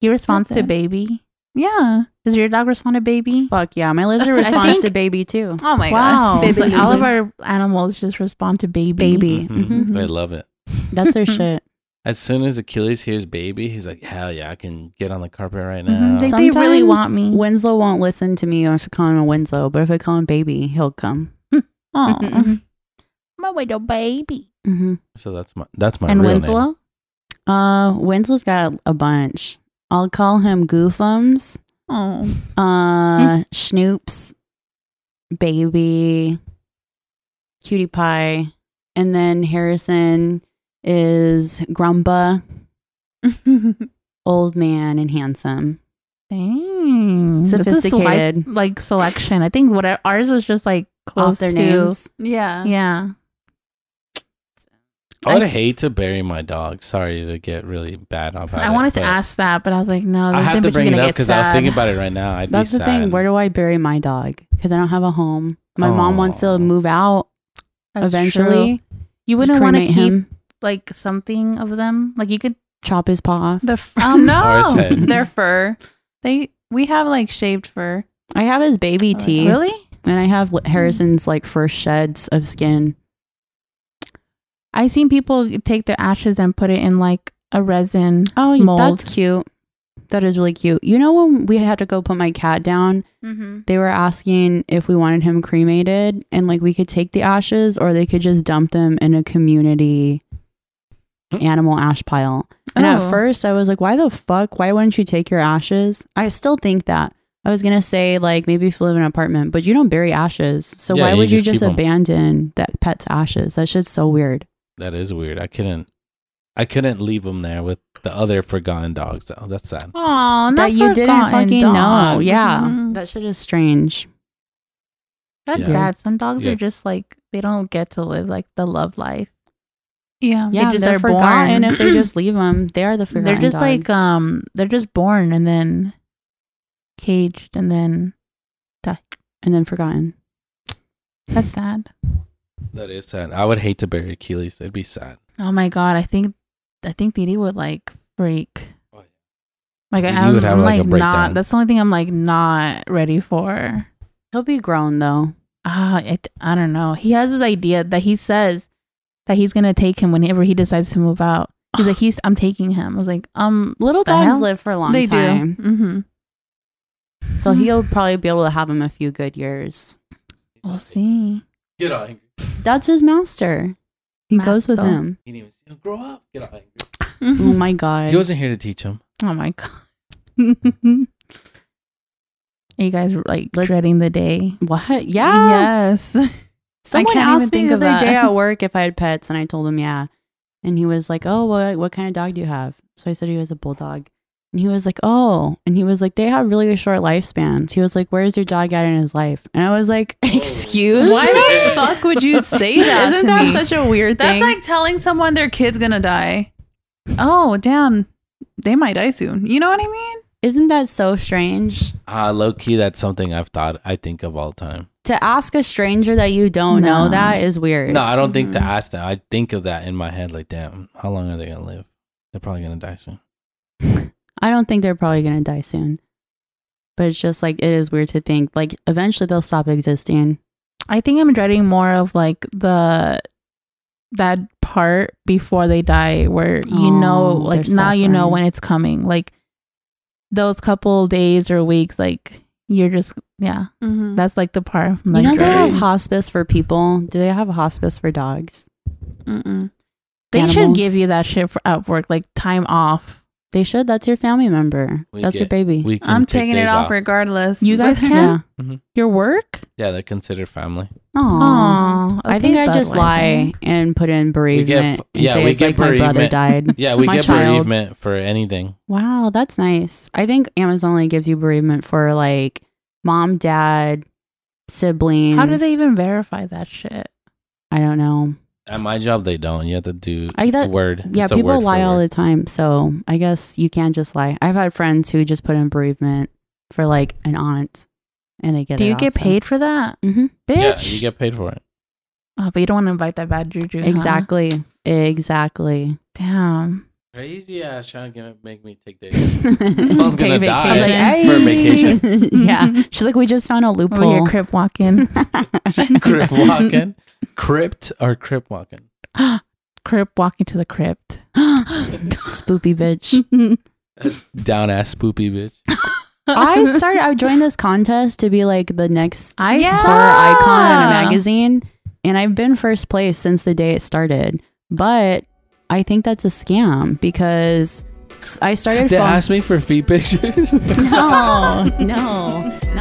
[SPEAKER 4] He responds
[SPEAKER 1] That's
[SPEAKER 4] to
[SPEAKER 1] it.
[SPEAKER 4] baby.
[SPEAKER 1] Yeah.
[SPEAKER 4] Does your dog respond to baby?
[SPEAKER 3] Fuck yeah. My lizard
[SPEAKER 4] I
[SPEAKER 3] responds
[SPEAKER 4] think-
[SPEAKER 3] to baby too.
[SPEAKER 1] Oh my
[SPEAKER 4] wow.
[SPEAKER 3] God.
[SPEAKER 4] So
[SPEAKER 3] Baby
[SPEAKER 4] all of
[SPEAKER 3] lizard.
[SPEAKER 4] our animals just respond to baby.
[SPEAKER 3] Baby.
[SPEAKER 2] Mhm.
[SPEAKER 4] Mm-hmm.
[SPEAKER 3] Mhm.
[SPEAKER 2] I love it.
[SPEAKER 3] That's their shit.
[SPEAKER 2] As soon as Achilles hears baby, he's like, hell yeah, I can get on the carpet right now.
[SPEAKER 4] Mhm. They- they really
[SPEAKER 3] Sometimes
[SPEAKER 4] want me.
[SPEAKER 3] Winslow won't listen to me if I call him a Winslow, but if I call him baby, he'll come.
[SPEAKER 1] Aw.
[SPEAKER 4] My little baby.
[SPEAKER 3] hmm
[SPEAKER 2] so that's my that's my
[SPEAKER 4] and
[SPEAKER 2] real
[SPEAKER 4] Winslow?
[SPEAKER 2] name.
[SPEAKER 3] Uh, Winslow's got a, a bunch. I'll call him Goofums,
[SPEAKER 1] Oh.
[SPEAKER 3] uh, Snoops, Baby, Cutie Pie, and then Harrison is Grumba, Old Man, and Handsome.
[SPEAKER 4] Dang. That's a
[SPEAKER 3] Sophisticated.
[SPEAKER 4] select- like selection. I think what I- ours was just like close
[SPEAKER 3] Off their
[SPEAKER 4] to
[SPEAKER 3] names.
[SPEAKER 1] yeah.
[SPEAKER 4] Yeah.
[SPEAKER 2] I would
[SPEAKER 4] I-
[SPEAKER 2] hate to bury my dog. Sorry to get really bad about it.
[SPEAKER 4] I wanted to
[SPEAKER 2] but
[SPEAKER 4] ask that, but I was like, no,
[SPEAKER 2] I
[SPEAKER 4] this
[SPEAKER 2] had
[SPEAKER 4] bitch
[SPEAKER 2] to
[SPEAKER 4] is
[SPEAKER 2] bring it
[SPEAKER 4] gonna
[SPEAKER 2] up
[SPEAKER 4] get
[SPEAKER 2] because I was
[SPEAKER 4] sad.
[SPEAKER 2] thinking about it right now. I'd
[SPEAKER 3] That's
[SPEAKER 2] be
[SPEAKER 3] the
[SPEAKER 2] sad.
[SPEAKER 3] thing. Where do I bury my dog? Because I don't have a home. My mom wants
[SPEAKER 2] Aw.
[SPEAKER 3] to move out
[SPEAKER 4] That's true.
[SPEAKER 3] eventually.
[SPEAKER 4] You
[SPEAKER 3] Just
[SPEAKER 4] wouldn't want to
[SPEAKER 3] cremate
[SPEAKER 4] keep
[SPEAKER 3] him,
[SPEAKER 4] like something of them. Like you could
[SPEAKER 3] chop his paw off.
[SPEAKER 1] The fur.
[SPEAKER 4] Um,
[SPEAKER 2] Or his head.
[SPEAKER 1] Their fur. They we have like shaved fur.
[SPEAKER 3] I have his baby
[SPEAKER 1] Oh my
[SPEAKER 3] teeth,
[SPEAKER 4] really.
[SPEAKER 3] and I have li- Harrison's like first sheds of skin.
[SPEAKER 4] I seen people take their ashes and put it in like a resin.
[SPEAKER 3] Oh,
[SPEAKER 4] Mold.
[SPEAKER 3] that's cute. That is really cute. You know when we had to go put my cat down,
[SPEAKER 4] Mm-hmm.
[SPEAKER 3] they were asking if we wanted him cremated, and like we could take the ashes, or they could just dump them in a community animal ash pile. And
[SPEAKER 1] Oh.
[SPEAKER 3] at first, I was like, why the fuck? Why wouldn't you take your ashes? I still think that. I was going to say, like, maybe if you live in an apartment, but you don't bury ashes. So
[SPEAKER 2] Yeah,
[SPEAKER 3] why
[SPEAKER 2] you
[SPEAKER 3] would you
[SPEAKER 2] just
[SPEAKER 3] just,
[SPEAKER 2] keep 'em.
[SPEAKER 3] abandon that pet's ashes? That shit's so weird.
[SPEAKER 2] That is weird. I couldn't. I couldn't leave him there with the other forgotten dogs. though. that's sad.
[SPEAKER 4] Oh, not
[SPEAKER 3] that you didn't
[SPEAKER 4] forgotten
[SPEAKER 3] fucking know.
[SPEAKER 4] dogs.
[SPEAKER 3] Yeah.
[SPEAKER 1] Mhm.
[SPEAKER 3] That shit is strange.
[SPEAKER 4] that's
[SPEAKER 2] Yeah.
[SPEAKER 4] sad. Some dogs
[SPEAKER 2] Yeah.
[SPEAKER 4] are just like they don't get to live like the love life.
[SPEAKER 1] Yeah.
[SPEAKER 3] Yeah,
[SPEAKER 4] just
[SPEAKER 3] they're
[SPEAKER 4] are
[SPEAKER 3] forgotten
[SPEAKER 4] born.
[SPEAKER 3] if they just leave them. They are the forgotten
[SPEAKER 4] they're just like
[SPEAKER 3] dogs.
[SPEAKER 4] um, they're just born and then caged and then die.
[SPEAKER 3] and then forgotten.
[SPEAKER 4] That's sad.
[SPEAKER 2] That is sad. I would hate to bury Achilles. It'd be sad.
[SPEAKER 4] Oh my god, I think I think Didi would like freak.
[SPEAKER 2] Oh, yeah.
[SPEAKER 4] Like
[SPEAKER 2] Didi
[SPEAKER 4] I, am
[SPEAKER 2] would have, like, a
[SPEAKER 4] like,
[SPEAKER 2] breakdown.
[SPEAKER 4] not. That's the only thing I'm like not ready for.
[SPEAKER 3] He'll be grown though.
[SPEAKER 4] Ah, I, I don't know. He has this idea that he says that he's gonna take him whenever he decides to move out. He's like, he's I'm taking him. I was like, um,
[SPEAKER 3] Little
[SPEAKER 4] The
[SPEAKER 3] dogs
[SPEAKER 4] hell?
[SPEAKER 3] live for a long
[SPEAKER 1] They
[SPEAKER 3] time,
[SPEAKER 1] do. Mm-hmm.
[SPEAKER 3] so he'll probably be able to have him a few good years.
[SPEAKER 4] we'll see.
[SPEAKER 2] Get out angry.
[SPEAKER 3] That's his master. He goes with
[SPEAKER 4] Master.
[SPEAKER 3] him.
[SPEAKER 2] He didn't even see him grow up. Get out angry.
[SPEAKER 1] Mm-hmm.
[SPEAKER 3] Oh my god.
[SPEAKER 2] He wasn't here to teach him.
[SPEAKER 4] Oh my god. Are you guys like
[SPEAKER 3] Let's-
[SPEAKER 4] dreading the day?
[SPEAKER 3] What? Yeah.
[SPEAKER 1] Yes.
[SPEAKER 3] Someone
[SPEAKER 1] can't
[SPEAKER 3] asked
[SPEAKER 1] even
[SPEAKER 3] me
[SPEAKER 1] think
[SPEAKER 3] the
[SPEAKER 1] of that.
[SPEAKER 3] other day at work if I had pets, and I told him yeah. And he was like, "Oh, what what kind of dog do you have?" So I said he was a bulldog, and he was like, "Oh," and he was like, "They have really short lifespans." He was like, "Where's your dog at in his life?" And I was like, "Excuse
[SPEAKER 1] Why the
[SPEAKER 2] Shit.
[SPEAKER 1] fuck would you say that
[SPEAKER 3] Isn't
[SPEAKER 1] to
[SPEAKER 3] that
[SPEAKER 1] me?
[SPEAKER 3] such a weird
[SPEAKER 1] That's
[SPEAKER 3] thing?
[SPEAKER 1] like telling someone their kid's gonna die. Oh damn, they might die soon. You know what I mean?
[SPEAKER 3] Isn't that so strange
[SPEAKER 2] Uh, low key, that's something I've thought I think of all the time.
[SPEAKER 3] to ask a stranger that you don't know
[SPEAKER 4] No.
[SPEAKER 3] that is weird.
[SPEAKER 2] No, I don't think
[SPEAKER 3] Mm-hmm.
[SPEAKER 2] to ask that. I think of that in my head, like, damn, how long are they gonna live? They're probably gonna die soon.
[SPEAKER 3] I don't think they're probably gonna die soon. But it's just like it is weird to think like eventually they'll stop existing.
[SPEAKER 4] I think I'm dreading more of like the that part before they die where you know
[SPEAKER 3] Oh,
[SPEAKER 4] like
[SPEAKER 3] they're
[SPEAKER 4] now you know
[SPEAKER 3] suffering.
[SPEAKER 4] when it's coming. Like those couple days or weeks, like you're just yeah.
[SPEAKER 1] Mm-hmm.
[SPEAKER 4] That's like the part I'm
[SPEAKER 3] Mm. You
[SPEAKER 4] like
[SPEAKER 3] know they have
[SPEAKER 4] dreading.
[SPEAKER 3] hospice for people. Do they have a hospice for dogs?
[SPEAKER 1] Mm-mm.
[SPEAKER 4] They should
[SPEAKER 3] animals.
[SPEAKER 4] give you that shit for at work, like time off.
[SPEAKER 3] They should. That's your family member.
[SPEAKER 2] We
[SPEAKER 3] That's your
[SPEAKER 2] get-
[SPEAKER 3] baby.
[SPEAKER 2] We can
[SPEAKER 1] I'm
[SPEAKER 2] take
[SPEAKER 1] taking it
[SPEAKER 2] days
[SPEAKER 1] off regardless.
[SPEAKER 4] You guys
[SPEAKER 1] Whether-
[SPEAKER 4] can?
[SPEAKER 3] yeah.
[SPEAKER 4] Your work?
[SPEAKER 2] Yeah, they're considered family.
[SPEAKER 3] Aww.
[SPEAKER 4] Aw.
[SPEAKER 3] I think
[SPEAKER 4] Okay,
[SPEAKER 3] I just
[SPEAKER 4] Budweiser.
[SPEAKER 3] lie and put in bereavement and
[SPEAKER 2] yeah,
[SPEAKER 3] say
[SPEAKER 2] we
[SPEAKER 3] it's
[SPEAKER 2] get
[SPEAKER 3] like my brother
[SPEAKER 2] bereavement.
[SPEAKER 3] died.
[SPEAKER 2] Yeah, we
[SPEAKER 3] My
[SPEAKER 2] get
[SPEAKER 3] child.
[SPEAKER 2] bereavement for anything.
[SPEAKER 3] Wow, that's nice. I think Amazon only gives you bereavement for like mom, dad, siblings.
[SPEAKER 4] How do they even verify that shit?
[SPEAKER 3] I don't know.
[SPEAKER 2] At my job, they don't. You have to do
[SPEAKER 3] I that
[SPEAKER 2] word.
[SPEAKER 3] yeah,
[SPEAKER 2] It's a
[SPEAKER 3] people
[SPEAKER 2] word for
[SPEAKER 3] lie all
[SPEAKER 2] word.
[SPEAKER 3] the time. So I guess you can't just lie. I've had friends who just put in bereavement for like an aunt, and they get.
[SPEAKER 4] Do
[SPEAKER 3] it
[SPEAKER 4] you
[SPEAKER 3] off,
[SPEAKER 4] get
[SPEAKER 3] so-
[SPEAKER 4] paid Uh-huh. for that?
[SPEAKER 3] Mhm.
[SPEAKER 4] Bitch.
[SPEAKER 2] Yeah, you get paid for it.
[SPEAKER 4] oh, but you don't want to invite that bad juju. huh?
[SPEAKER 3] Exactly. Exactly.
[SPEAKER 4] Damn.
[SPEAKER 2] Crazy ass trying to make me take days.
[SPEAKER 3] Someone's
[SPEAKER 2] gonna die.
[SPEAKER 4] I was like,
[SPEAKER 2] For vacation.
[SPEAKER 3] yeah. She's like, we just found a
[SPEAKER 4] Over here,
[SPEAKER 3] loophole.
[SPEAKER 4] crip walking.
[SPEAKER 2] crip walking, crypt or crip walking.
[SPEAKER 4] crip walking to the crypt.
[SPEAKER 3] Spoopy bitch.
[SPEAKER 2] Down ass spoopy bitch.
[SPEAKER 3] I started, I joined this contest to be like the next
[SPEAKER 4] I
[SPEAKER 3] fur
[SPEAKER 4] saw.
[SPEAKER 3] icon in a magazine. And I've been first place since the day it started. But I think that's a scam because I started
[SPEAKER 2] They
[SPEAKER 3] following-
[SPEAKER 2] asked me for feet pictures.
[SPEAKER 3] No, no.